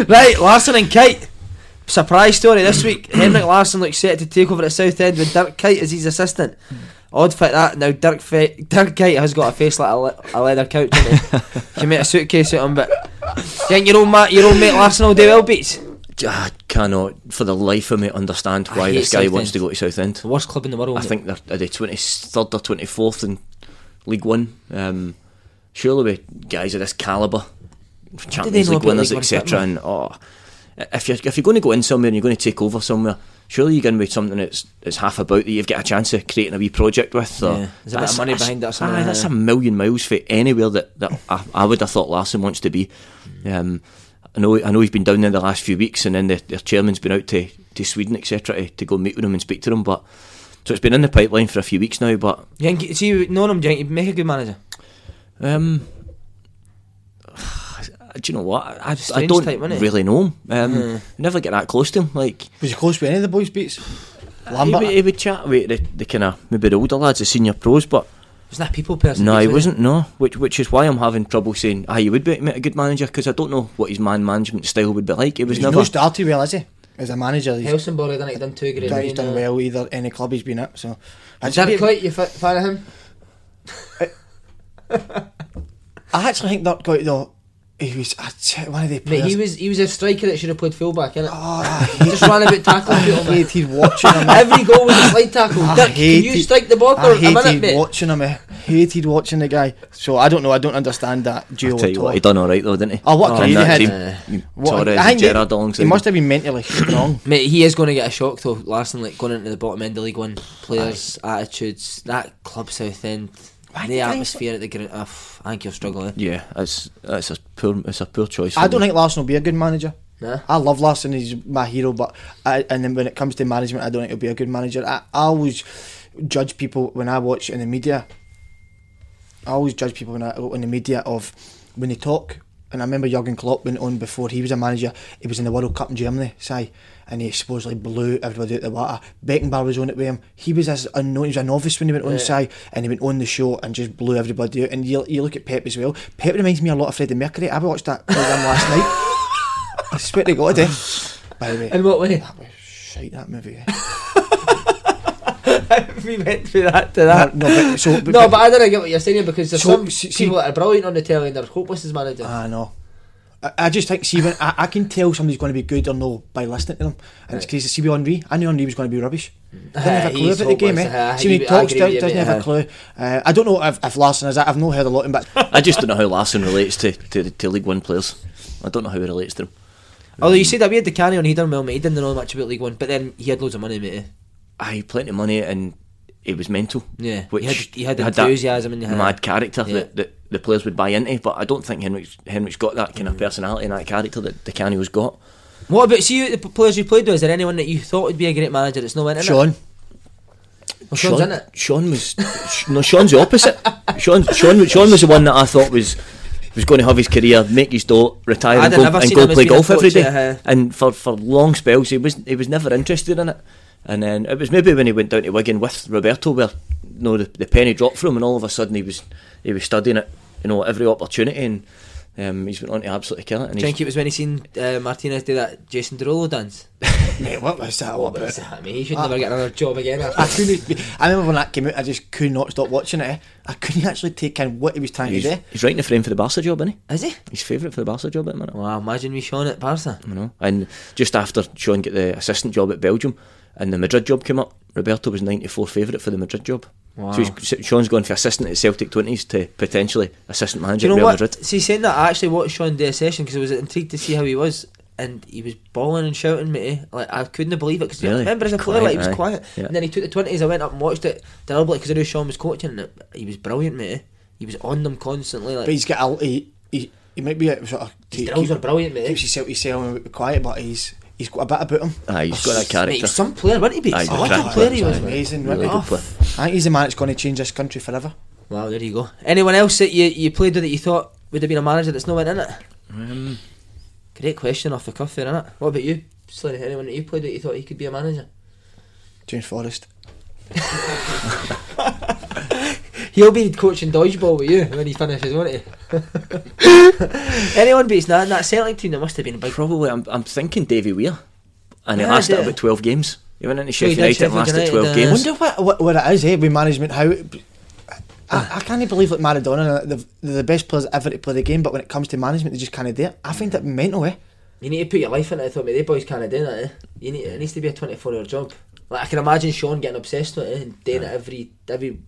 Right, Larson and Kite. Surprise story this [CLEARS THROAT] week. Henrik Larsson looks set to take over at Southend with Dirk Kite as his assistant. Odd fit that. Now Dirk fe- Dirk Kite has got a face like a, le- a leather couch. and [LAUGHS] he can make a suitcase out of him. But you think your old mate, your old mate Larsson will do well beats. I cannot, for the life of me, understand I why hate this guy wants Southend. to go to Southend. The worst club in the world. I think they're are they twenty third or twenty fourth in League One. Um, surely we guys of this calibre, Champions know League about winners, League One etc. football? And oh, if you're if you're going to go in somewhere and you're going to take over somewhere, surely you're going to be something that's that's half about that you've got a chance of creating a wee project with. Or Yeah, there's a bit of that's- money that's- behind it or something, aye, that's yeah. a million miles for anywhere that, that I, I would have thought Larson wants to be. Um, I know I know he's been down there the last few weeks, and then the, their chairman's been out to, to Sweden, etc., to, to go meet with him and speak to him. But so it's been in the pipeline for a few weeks now. But You think, see, knowing him, do you think he'd make a good manager? um, [SIGHS] do you know what? I, I Strange don't type, innit? really know him. Um, Never get that close to him. Like Was you close with any of the boys' beats? he Lambert. would, he would chat with the, the kind of maybe the older lads, the senior pros, but Was that a people person? No, he Was it? wasn't. No, which which is why I'm having trouble saying ah, he would be a good manager because I don't know what his man management style would be like. It was He's never. no started well, is he? As a manager, he's, Helsingborg, I think he'd done two great. he's done well either any club he's been at. So I, Is that quite you fa- fan of him? I actually think that guy though, he was I tell you, one of the Mate, players. he was he was a striker that should have played fullback, innit? Oh, I hate- Just ran [LAUGHS] about tackling people, I mate. hated watching him. [LAUGHS] I Every goal was a slide tackle. I Dirk, can you hated- strike the ball for a hated minute, mate? watching him. I hated watching the guy. So I don't know. I don't understand that duel. I'll tell at you all. what, he done all right though, didn't he? Oh, what career that he had. team, What- Torres, I and think Gerrard he, alongside. he him. must have been mentally [COUGHS] strong. Mate, he is going to get a shock though. Larson, like going into the bottom end of League One, players, attitudes, that club South End, the atmosphere at the ground. Uh, I think you'll struggle. Eh? Yeah, it's it's a poor it's a poor choice. I for don't me. think Larson will be a good manager. Nah. I love Larson; he's my hero. But I, and then when it comes to management, I don't think he'll be a good manager. I, I always judge people when I watch in the media. I always judge people when I in the media of when they talk. And I remember Jurgen Klopp went on before he was a manager. He was in the World Cup in Germany, say, and he supposedly blew everybody out the water. Beckenbauer was on it with him. He was as unknown. He was a novice when he went on, say, and he went on the show and just blew everybody out. And you, you look at Pep as well. Pep reminds me a lot of Freddie Mercury. I watched that program last [LAUGHS] night. I swear to God, eh? By the way, In what way? [LAUGHS] shite that movie. eh? we went through that to no, that. no, but, [LAUGHS] so, but, No, but I don't get what you're saying because there's So, some see- see- people that are brilliant on the telly and they're hopeless as manager. I know. I, I just think, see, when I, I can tell somebody's going to be good or no by listening to them, and it's crazy. See, with Henri, I knew Henri was going to be rubbish. Didn't have a Aye, clue he's about the game, hopeless, eh? aye, See, when he- he I talks agree with down, you, doesn't mate, have aye. a clue. Uh, I don't know if, if Larson is that. I've not heard a lot of [LAUGHS] him, but I just don't know how Larson relates to, to to League One players. I don't know how he relates to them. Although you said that we had the carry on, he done well, mate. He didn't know much about League One, but then he had loads of money, mate. eh? I plenty of money and it was mental. Yeah, which he had- he had that enthusiasm and he had- mad character Yeah. that, that the players would buy into. But I don't think Henrik's Henrik's got that kind of personality and that character that the Canio's got. What about see you, the players you played with? Is there anyone that you thought would be a great manager that's not winning? Sean. well, Sean's in it. Sean was Sh- no. Sean's the opposite. Sean, Sean, was- Sean was the one that I thought was was going to have his career, make his dough, retire, I'd and go, never and seen go him as play being a golf every coach, day. yeah, uh, And for, for long spells, he was he was never interested in it. And then it was maybe when he went down to Wigan with Roberto, where you know the, the penny dropped for him, and all of a sudden he was he was studying it, you know, every opportunity, and um, he's went on to absolutely kill it. And Do you think he's, it was when he seen uh, Martinez do that Jason Derulo dance? Mate, what was that all about? I mean, he should Ah. never get another job again. I couldn't. be- I remember when that came out, I just could not stop watching it. eh? I couldn't actually take in what he was trying he's, to do. he's writing a frame for the Barca job, isn't he? Is he? He's favourite for the Barca job at the minute. Wow, imagine me Sean at Barca. you know. And just after Sean got the assistant job at Belgium and the Madrid job came up, Roberto was 94 favourite for the Madrid job. Wow. So he's, Sean's going for assistant at Celtic 20s to potentially assistant Do manager you at know Real what? Madrid. See, saying that, I actually watched Sean do a session because I was intrigued to see how he was, and he was bawling and shouting, mate. eh? Like I couldn't believe it because Really? remember as a He's player, like he quiet, was aye. quiet. Yeah. And then he took the twenties. I went up and watched it deliberately because I knew Sean was coaching, and it, he was brilliant, mate. eh? He was on them constantly. Like But he's got a. He, he, he might be a sort of. his drills are brilliant, mate. eh? Keeps himself, he's selling quiet, but he's he's got a bit about him. Aye, he's got that character. Mate, he's some player, wouldn't he be? Aye, he's a what a crack. player he He's was, mate. amazing. really wasn't good he? player. I think he's the man that's going to change this country forever. Wow, there you go. Anyone else that you, you played with that you thought would have been a manager that's not went in it? Um, Great question off the cuff there, innit? What about you? Sorry, anyone that you played that you thought he could be a manager? James Forrest. He'll be coaching dodgeball with you when he finishes, won't he? [LAUGHS] anyone beats that that Celtic team, there must have been a big. probably, I'm, I'm thinking Davy Weir. and he Yeah, lasted yeah. about 12 games. He went into So he Sheffield did United and Sheffield lasted 12 United, uh, I games. wonder what, what, what it is, eh, with management. How I, I can't believe that Maradona, the, the best players ever to play the game, but when it comes to management, they just can't do it. I find it mental, eh? You need to put your life into it. I thought, mate, they boys can't do that. Eh? You need it needs to be a twenty four hour job. Like I can imagine Sean getting obsessed with it eh, and doing it every every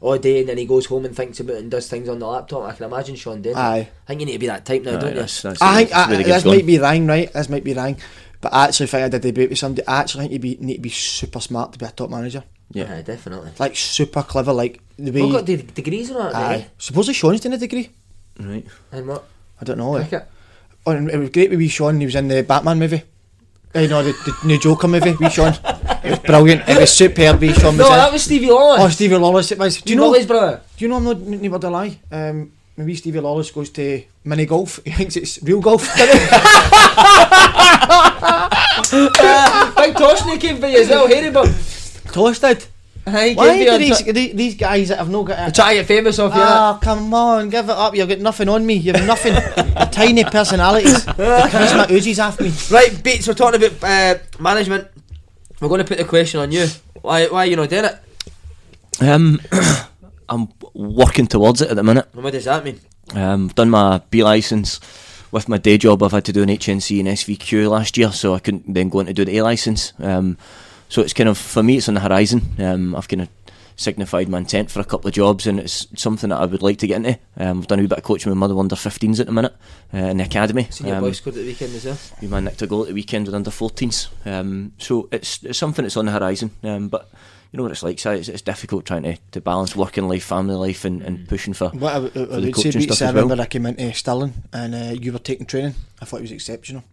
all day, and then he goes home and thinks about it and does things on the laptop. I can imagine Sean doing. it. I Aye. think you need to be that type now, Aye, don't you? that's- that's I the think way- I, the way the game's this gone. might be wrong, right? This might be wrong, but I actually think I did a debate with somebody. I actually think you be, need to be super smart to be a top manager, Yeah. Aye, definitely. like super clever, like the way. We've got de- degrees on that, aye. eh? Supposedly Sean's doing a degree. Right. And what? I don't know. Eh? Cricket. Oh, and it was great with wee Sean. He was in the Batman movie. Eh, no, the, the new Joker movie. Wee Sean. It was brilliant. It was superb. Wee Sean. No, was in. that was Stevie Lawless. Oh, Stevie Lawless it was. Do you know? his [LAUGHS] brother? Do you know I'm not any word a lie? Um, maybe Stevie Lawless goes to mini golf. [LAUGHS] He thinks it's real golf. [LAUGHS] Big Toshny came by as well, Harry, but Toasted. Aye, he Why came by do and these, try- the- these guys that have no got a try to get famous off you. innit? Oh, come on, give it up. You've got nothing on me. You've nothing. [LAUGHS] Tiny personalities. The Charisma oozes off me. Right, Beats, we're talking about uh, management. We're going to put the question on you. Why, why are you not doing it? Um, [CLEARS THROAT] I'm working towards it at the minute. And what does that mean? Um, I've done my B license with my day job. I've had to do an HNC and SVQ last year, so I couldn't then go on to do the A license. Um, so it's kind of for me, it's on the horizon. Um, I've kind of signified my intent for a couple of jobs, and it's something that I would like to get into. Um, I've done a wee bit of coaching with Mother Under 15s at the minute uh, in the academy. Seen your Um, boy scored at the weekend as well. we man nicked a goal at the weekend with under 14s. Um, so it's, it's something that's on the horizon. Um, but you know what it's like, Si, it's, it's difficult trying to, to balance work and life, family life, and, and pushing for. What I, I, the I would say, coaching Beats, stuff I as well. remember I came into Stirling and uh, you were taking training. I thought it was exceptional.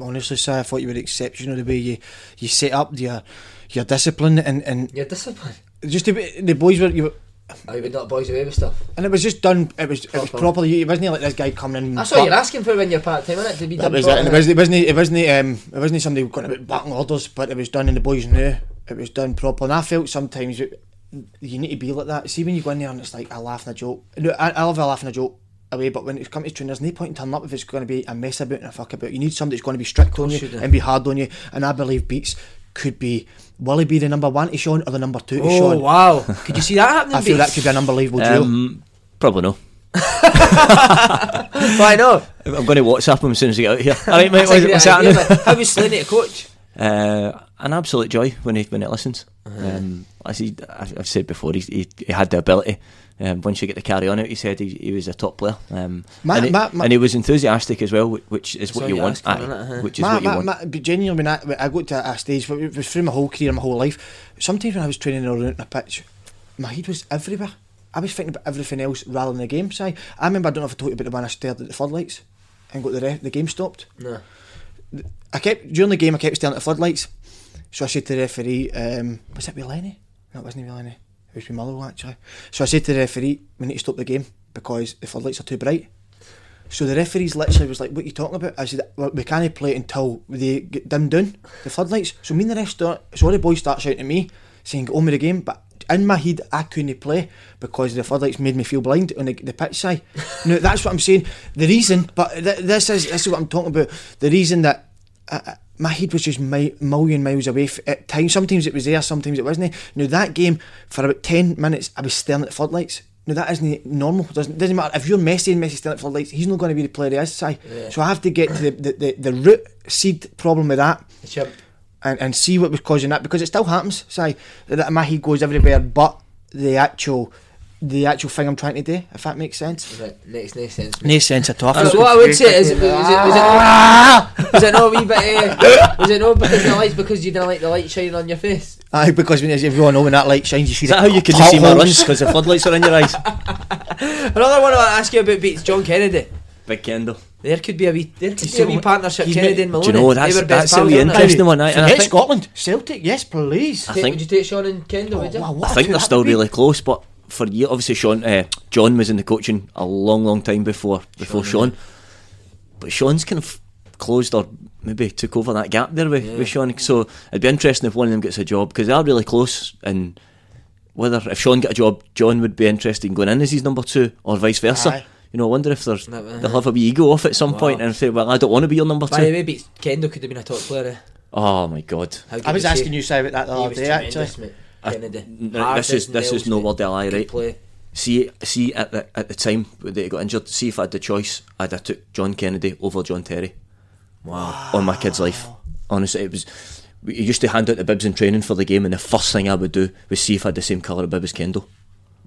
Honestly, sir, I thought you were exceptional the way you, you set up your your discipline and, and You're disciplined. just the, way- the boys were you were, Are you been not boys away with stuff? and it was just done. It was it was Proper. properly. You- It wasn't like this guy coming in. That's what you're asking for when you're part time, innit? To be That done was it. And it wasn't. It wasn't. It wasn't. Um, it wasn't somebody going about batting orders, but it was done, and the boys knew it was done proper. And I felt sometimes you, you need to be like that. See, when you go in there and it's like a laugh and a joke. No, I, I love a laugh and a joke away, but when it comes to training, there's no point in turning up if it's going to be a mess about and a fuck about. You need somebody that's going to be strict on you you do. and be hard on you. And I believe Beats could be. Will he be the number one to Sean or the number two to Oh, Sean? wow. [LAUGHS] Could you see that happening? I feel that Beats? could be an unbelievable duel. Um, probably no. [LAUGHS] Why not? I'm going to WhatsApp him as soon as I get out here. All right, mate, That's a what's, great what's idea, happening? [LAUGHS] but How was Slaney to coach? Uh, an absolute joy when he when it listens. Um, as he, I've I've said before, he, he, he had the ability. Um, once you get the carry on out, he said he, he was a top player. Um, My- and, he, my- my- and he was enthusiastic as well, whi- which is what all you you want. ask him, aye, innit, huh? Which is my, what you my, want. my- but genuinely, when I, when I got to a stage where it was through my whole career, my whole life, sometimes when I was training or out on a pitch, my head was everywhere. I was thinking about everything else rather than the game. So I, I remember, I don't know if I told you about the one I stared at the floodlights and got the ref, the game stopped. No. I kept during the game, I kept staring at the floodlights. So I said to the referee, um, "Was it with Lenny? No, it wasn't with Lenny. It was with Mullow actually." So I said to the referee, "We need to stop the game because the floodlights are too bright." So the referees literally was like, "What are you talking about?" I said, well, "We can't play it until they get dimmed down the floodlights." So me and the ref start. So all the boys start shouting at me, saying, "Go on with the game," but. In my head, I couldn't play because the floodlights made me feel blind on the, the pitch side. no, that's what I'm saying. The reason, but th- this is this is what I'm talking about. The reason that I, I- Uh, my head was just mi- million miles away f- at times. Sometimes it was there, sometimes it wasn't. Now that game for about ten minutes, I was staring at the floodlights. Now that isn't normal. Doesn't doesn't matter if you're Messi and Messi staring at the floodlights. He's not going to be the player he is. Si. So I have to get to the, the, the, the root seed problem with that The chimp. and, and see what was causing that because it still happens. Si. That my head goes everywhere, but the actual the actual thing I'm trying to do, if that makes sense. Right, next, next sense. No sense at all. So what I would say is, was it, was Ah! it, was it not a wee [LAUGHS] bit, uh, was it not because of the lights, because you didn't like the light shining on your face? Aye, because when, as everyone know when that light shines, you see Is that the how you can see my potholes. runs because the floodlights are in your eyes? Another one I want to ask you about beats John Kennedy. Big Kendall. There could be a wee, there could He's be a so- wee partnership. he's Kennedy made- and Do Maloney. you know that's they were best that's pals, a really weren't they? interesting one. I, and I Forget think Scotland, Celtic, yes, please. I Take- think would you take Sean and Kendall? would you? Wow, what I a think tune they're that still would be. really close, but for year, obviously Sean, uh, John was in the coaching a long, long time before before Sean, but Sean's kind of closed or maybe took over that gap there with, with Sean. So it'd be interesting if one of them gets a job because they are really close and. Whether if Sean got a job, John would be interested in going in as his number two, or vice versa. Aye. eh? You know, I wonder if there's That- they'll have a wee ego off at some point and say, "Well, I don't want to be your number By the two. way, beats Kendall could have been a top player. Eh? Oh my god. I was asking you, say about that the He other was day, actually. tremendous, mate. I- Kennedy. Ah, Uh, n- Hard this as is this is nails, no mate. word of a lie, Good right? play. See, see, at the at the time that he got injured, see if I had the choice, I'd have took John Kennedy over John Terry. Wow. On my kid's life, honestly, it was. We used to hand out the bibs in training for the game, and the first thing I would do was see if I had the same colour of bib as Kendall.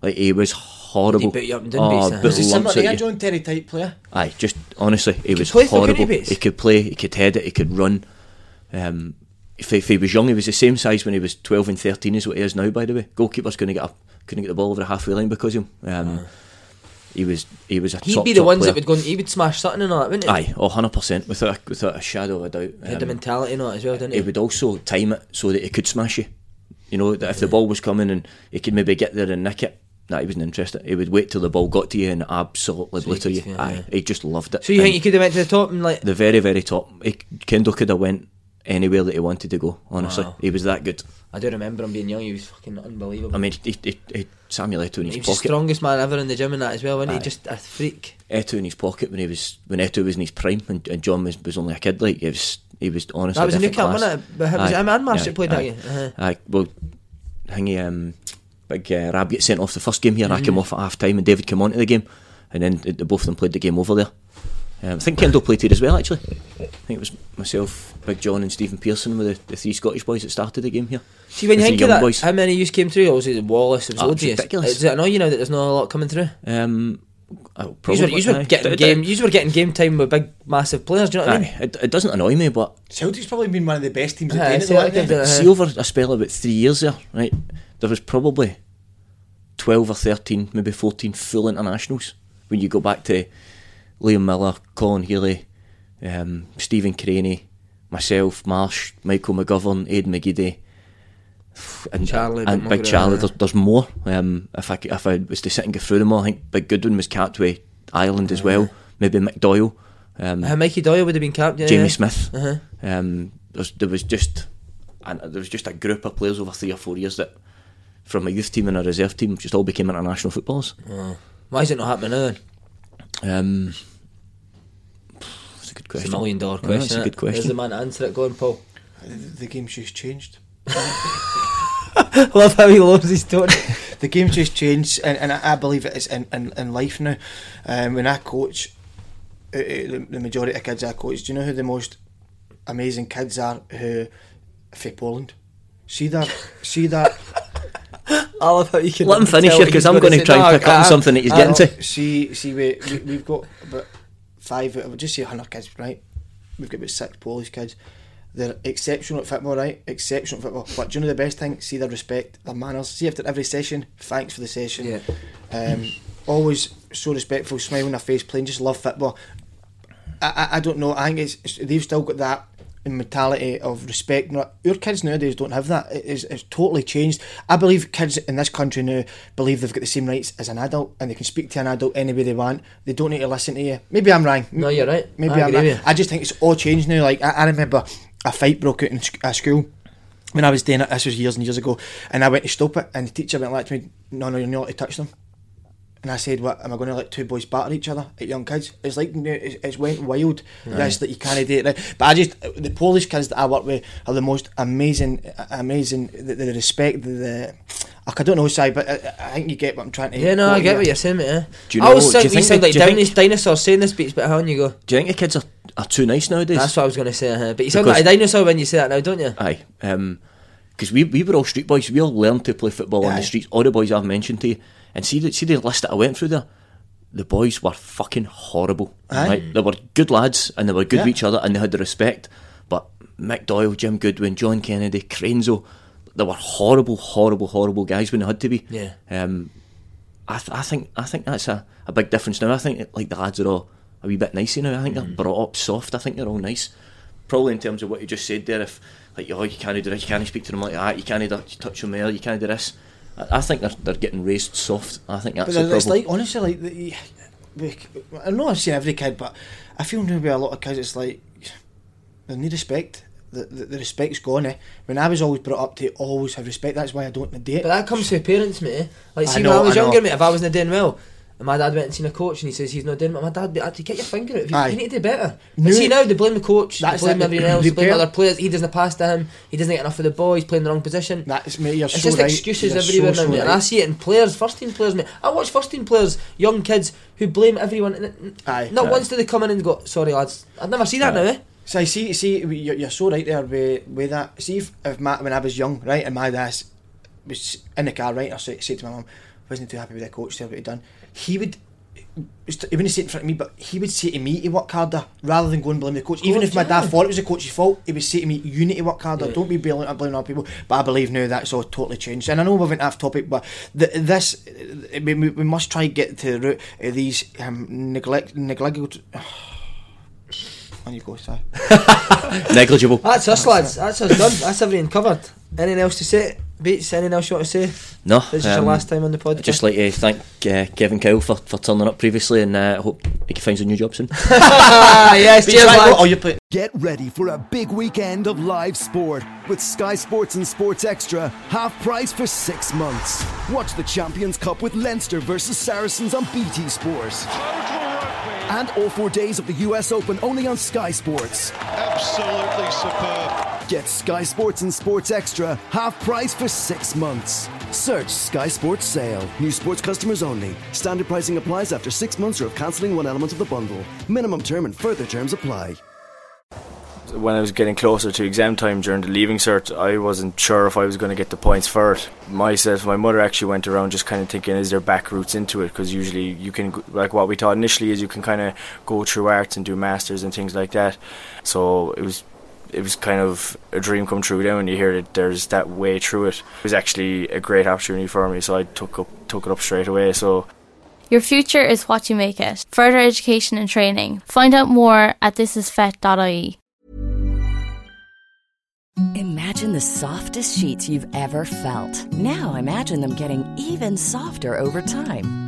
Like he was horrible. beat you up and didn't he, Oh, sir? but Was he lumps at a you. John Terry type player. Aye, just honestly, he, was play for horrible. Goodies. He could play, he could head it, he could run. Um, if, if he was young, he was the same size when he was twelve and thirteen is what he is now. By the way, goalkeepers couldn't get up, couldn't get the ball over the halfway line because of him. Um, He was he was a He'd top, be the top ones player. that would go. and- He would smash something and all that, wouldn't he? Aye, oh, 100 percent, without a, without a shadow of a doubt. He had the Um, mentality and all that as well, didn't he he? would also time it so that he could smash you. You know, that if the ball was coming and he could maybe get there and nick it. Nah, he wasn't interested. He would wait till the ball got to you and absolutely he blitter could- you. yeah, Aye, yeah. he just loved it. So you And- think he could have went to the top and like? the very very top. He, Kendall could have went anywhere that he wanted to go. Honestly, Wow. he was that good. I do remember him being young. He was fucking unbelievable. I mean, he, he, he Samuel Eto'o in his he was the Um, pocket. strongest man ever in the gym and that as well, wasn't Aye. he? Just a freak. Eto'o in his pocket when he was when Eto'o was in his prime and, and John was, was only a kid. Like he was, he was honestly. That was a new different camp, class. wasn't it? But was it him and Marsh that played that aye. game? Uh-huh. Aye, well, thingy, um, big uh, Rab gets sent off the first game here. and I Mm. came off at half time and David came on to the game, and then the, the both of them played the game over there. Um, I think Kendall played here as well. Actually, I think it was myself, Big John, and Stephen Pearson were the, the three Scottish boys that started the game here. See, when you As the think young of that, uh, boys. how many you came through? Obviously, the Wallace, it was Ah, it was loads of yous. ridiculous. Does it annoy you now that there's not a lot coming through? Um, oh, You were, probably yous were aye. getting It- game. It, You were getting game time with big, massive players. Do you know what I mean? aye, it, it doesn't annoy me, but Celtic's probably been one of the best teams at Aye, the end of the Celtic league, have done haven't Uh-huh. see over a spell of about three years there, right? There was probably twelve or thirteen, maybe fourteen full internationals. When you go back to Liam Miller, Colin Healy, um, Stephen Craney, myself, Marsh, Michael McGovern, Aidan McGiddy, and, Charlie, and Big Big Mugger, Charlie. aye. There's, there's more. Um, if I c- if I was to sit and go through them all, I think Big Goodwin was capped with Ireland as well. Maybe McDoyle. Um, Uh, Mikey Doyle would have been capped. Yeah, Jamie yeah. Smith. Um, there's, there was just, and there was just a group of players over three or four years that, from a youth team and a reserve team, just all became international footballers. Why is it not happening now? Then? Um, [SIGHS] that's a good It's question. a million dollar Yeah, question. that's a innit? good There's question. the man to answer it. Go on, [LAUGHS] Paul. they? The game's just changed. Love how he loves his tone. The game's just changed, and, and I I believe it is in, in, in life now. Um, when I coach, uh, uh, the the majority of kids I coach, do you know who the most amazing kids are who for Poland? See that? See that? [LAUGHS] I love how you can. Let him finish tell here what because he's I'm gonna going to say. try No, I and pick up on can't. something that he's I getting know. to. Uh, See, see, we, we, we've got about five out of, just say 100 kids, right? We've got about six Polish kids. They're exceptional at football, right? Exceptional at football. But do you know the best thing? See their respect, their manners. See after every session, thanks for the session. Yeah. Um, always so respectful, smile on their face, playing, just love football. I, I, I don't know. I think it's, it's- they've still got that mentality of respect. Now, Your kids nowadays don't have that. It is it's totally changed. I believe kids in this country now believe they've got the same rights as an adult, and they can speak to an adult any way they want. They don't need to listen to you. Maybe I'm wrong. No, you're right. Maybe I I am agree with wrong. you. I just think it's all changed now. Like I, I remember a fight broke out in sc- a school when I was doing it. This was years and years ago, and I went to stop it, and the teacher went like to me, "No, no, you're not allowed to touch them." And I said, "What am I going to let two boys batter each other at young kids? It's like no, it's, it's went wild. This that you can't do it. Right? But I just the Polish kids that I work with are the most amazing, a- amazing. The, the respect, the, the like, I don't know, Si, but I, I think you get what I'm trying to. Yeah, no, I quote get here. what you're saying, mate. eh? Do you I always know- do you think we think sound that- like do you down think- these dinosaurs saying this speech, but how on you go? Do you think the kids are, are too nice nowadays? That's what I was going to say. Uh, but you sound Because- like a dinosaur when you say that now, don't you? Aye. Um 'cause because we, we were all street boys. We all learned to play football on Aye. the streets. All the boys I've mentioned to you, and see the see the list that I went through there. The boys were fucking horrible. Aye. Right? They were good lads, and they were good Yeah. with each other, and they had the respect. But Mick Doyle, Jim Goodwin, John Kennedy, Cranzo, they were horrible, horrible, horrible guys when they had to be. Yeah. Um, I, th- I think I think that's a, a big difference now. I think like the lads are all a wee bit nicer now. I think they're brought up soft. I think they're all nice. Probably in terms of what you just said there, if like oh you can't do this, you can't speak to them like that, you can't do- touch them there, you can't do this. I, I think they're they're getting raised soft. I think that's But the it's problem. like honestly, like the, we- I know I've seen every kid, but I feel now with a lot of kids, it's like they need respect. The, the, the respect's gone. Eh? When I was always brought up to always have respect. That's why I don't date. But that comes from parents, mate. eh? Like, I see, know, when I was I know. younger, mate, if I wasn't doing well, And my dad went and seen a coach, and he says he's not doing it. My dad, be actually get your finger out. of it. You, Aye. you need to do better. Knew But see it. now they blame the coach, That's they blame it. everyone else, They they blame pair- other players. He doesn't pass to him. He doesn't get enough of the ball. He's playing the wrong position. That's mate, you're It's so just right. excuses You're everywhere so, now, so mate. And I right. see it in players, first team players, mate. I watch first team players, young kids who blame everyone. And it- Aye. not Aye. once do they come in and go, "Sorry, lads." I've never seen that now. Eh? So I see, see, we- you're, you're so right there with, with that. See, if, if my, when I was young, right, and my dad was in the car, right, I said, said to my mum, wasn't too happy with the coach, there, what he'd done. He would, he wouldn't say it in front of me, but he would say to me to work harder rather than go and blame the coach. Even if my dad thought it was the coach's fault, he would say to me, you need to work harder, don't be blaming, blaming other people. But I believe now that's all totally changed. And I know we went off topic, but th- this, we, we we must try and get to the root of these um, neglect, neglected. [SIGHS] On you go, sir. Negligible. That's us, lads. That's us done. That's everything covered. Anything else to say? Beats. Anything else you want to say? No. This is your um, last time on the I'd podcast. just like to thank uh, Kevin Cowell for, for turning up previously and uh, I hope he finds a new job soon. ah, [LAUGHS] yes, cheers, lads. Oh, you play. Get ready for a big weekend of live sport with Sky Sports and Sports Extra half price for six months. Watch the Champions Cup with Leinster versus Saracens on BT Sports. And all four days of the US Open only on Sky Sports. Absolutely superb. Get Sky Sports and Sports Extra half price for six months. Search Sky Sports Sale. New sports customers only. Standard pricing applies after six months or of cancelling one element of the bundle. Minimum term and further terms apply. When I was getting closer to exam time during the leaving cert, I wasn't sure if I was going to get the points for it. Myself, my mother actually went around just kind of thinking, is there back routes into it? Because usually you can, go- like what we taught initially, is you can kind of go through arts and do masters and things like that. So it was it was kind of a dream come true now when you hear that there's that way through it. It was actually a great opportunity for me, so I took up took it up straight away. So Your future is what you make it. Further education and training. Find out more at thisisfet.ie. Imagine the softest sheets you've ever felt. Now imagine them getting even softer over time.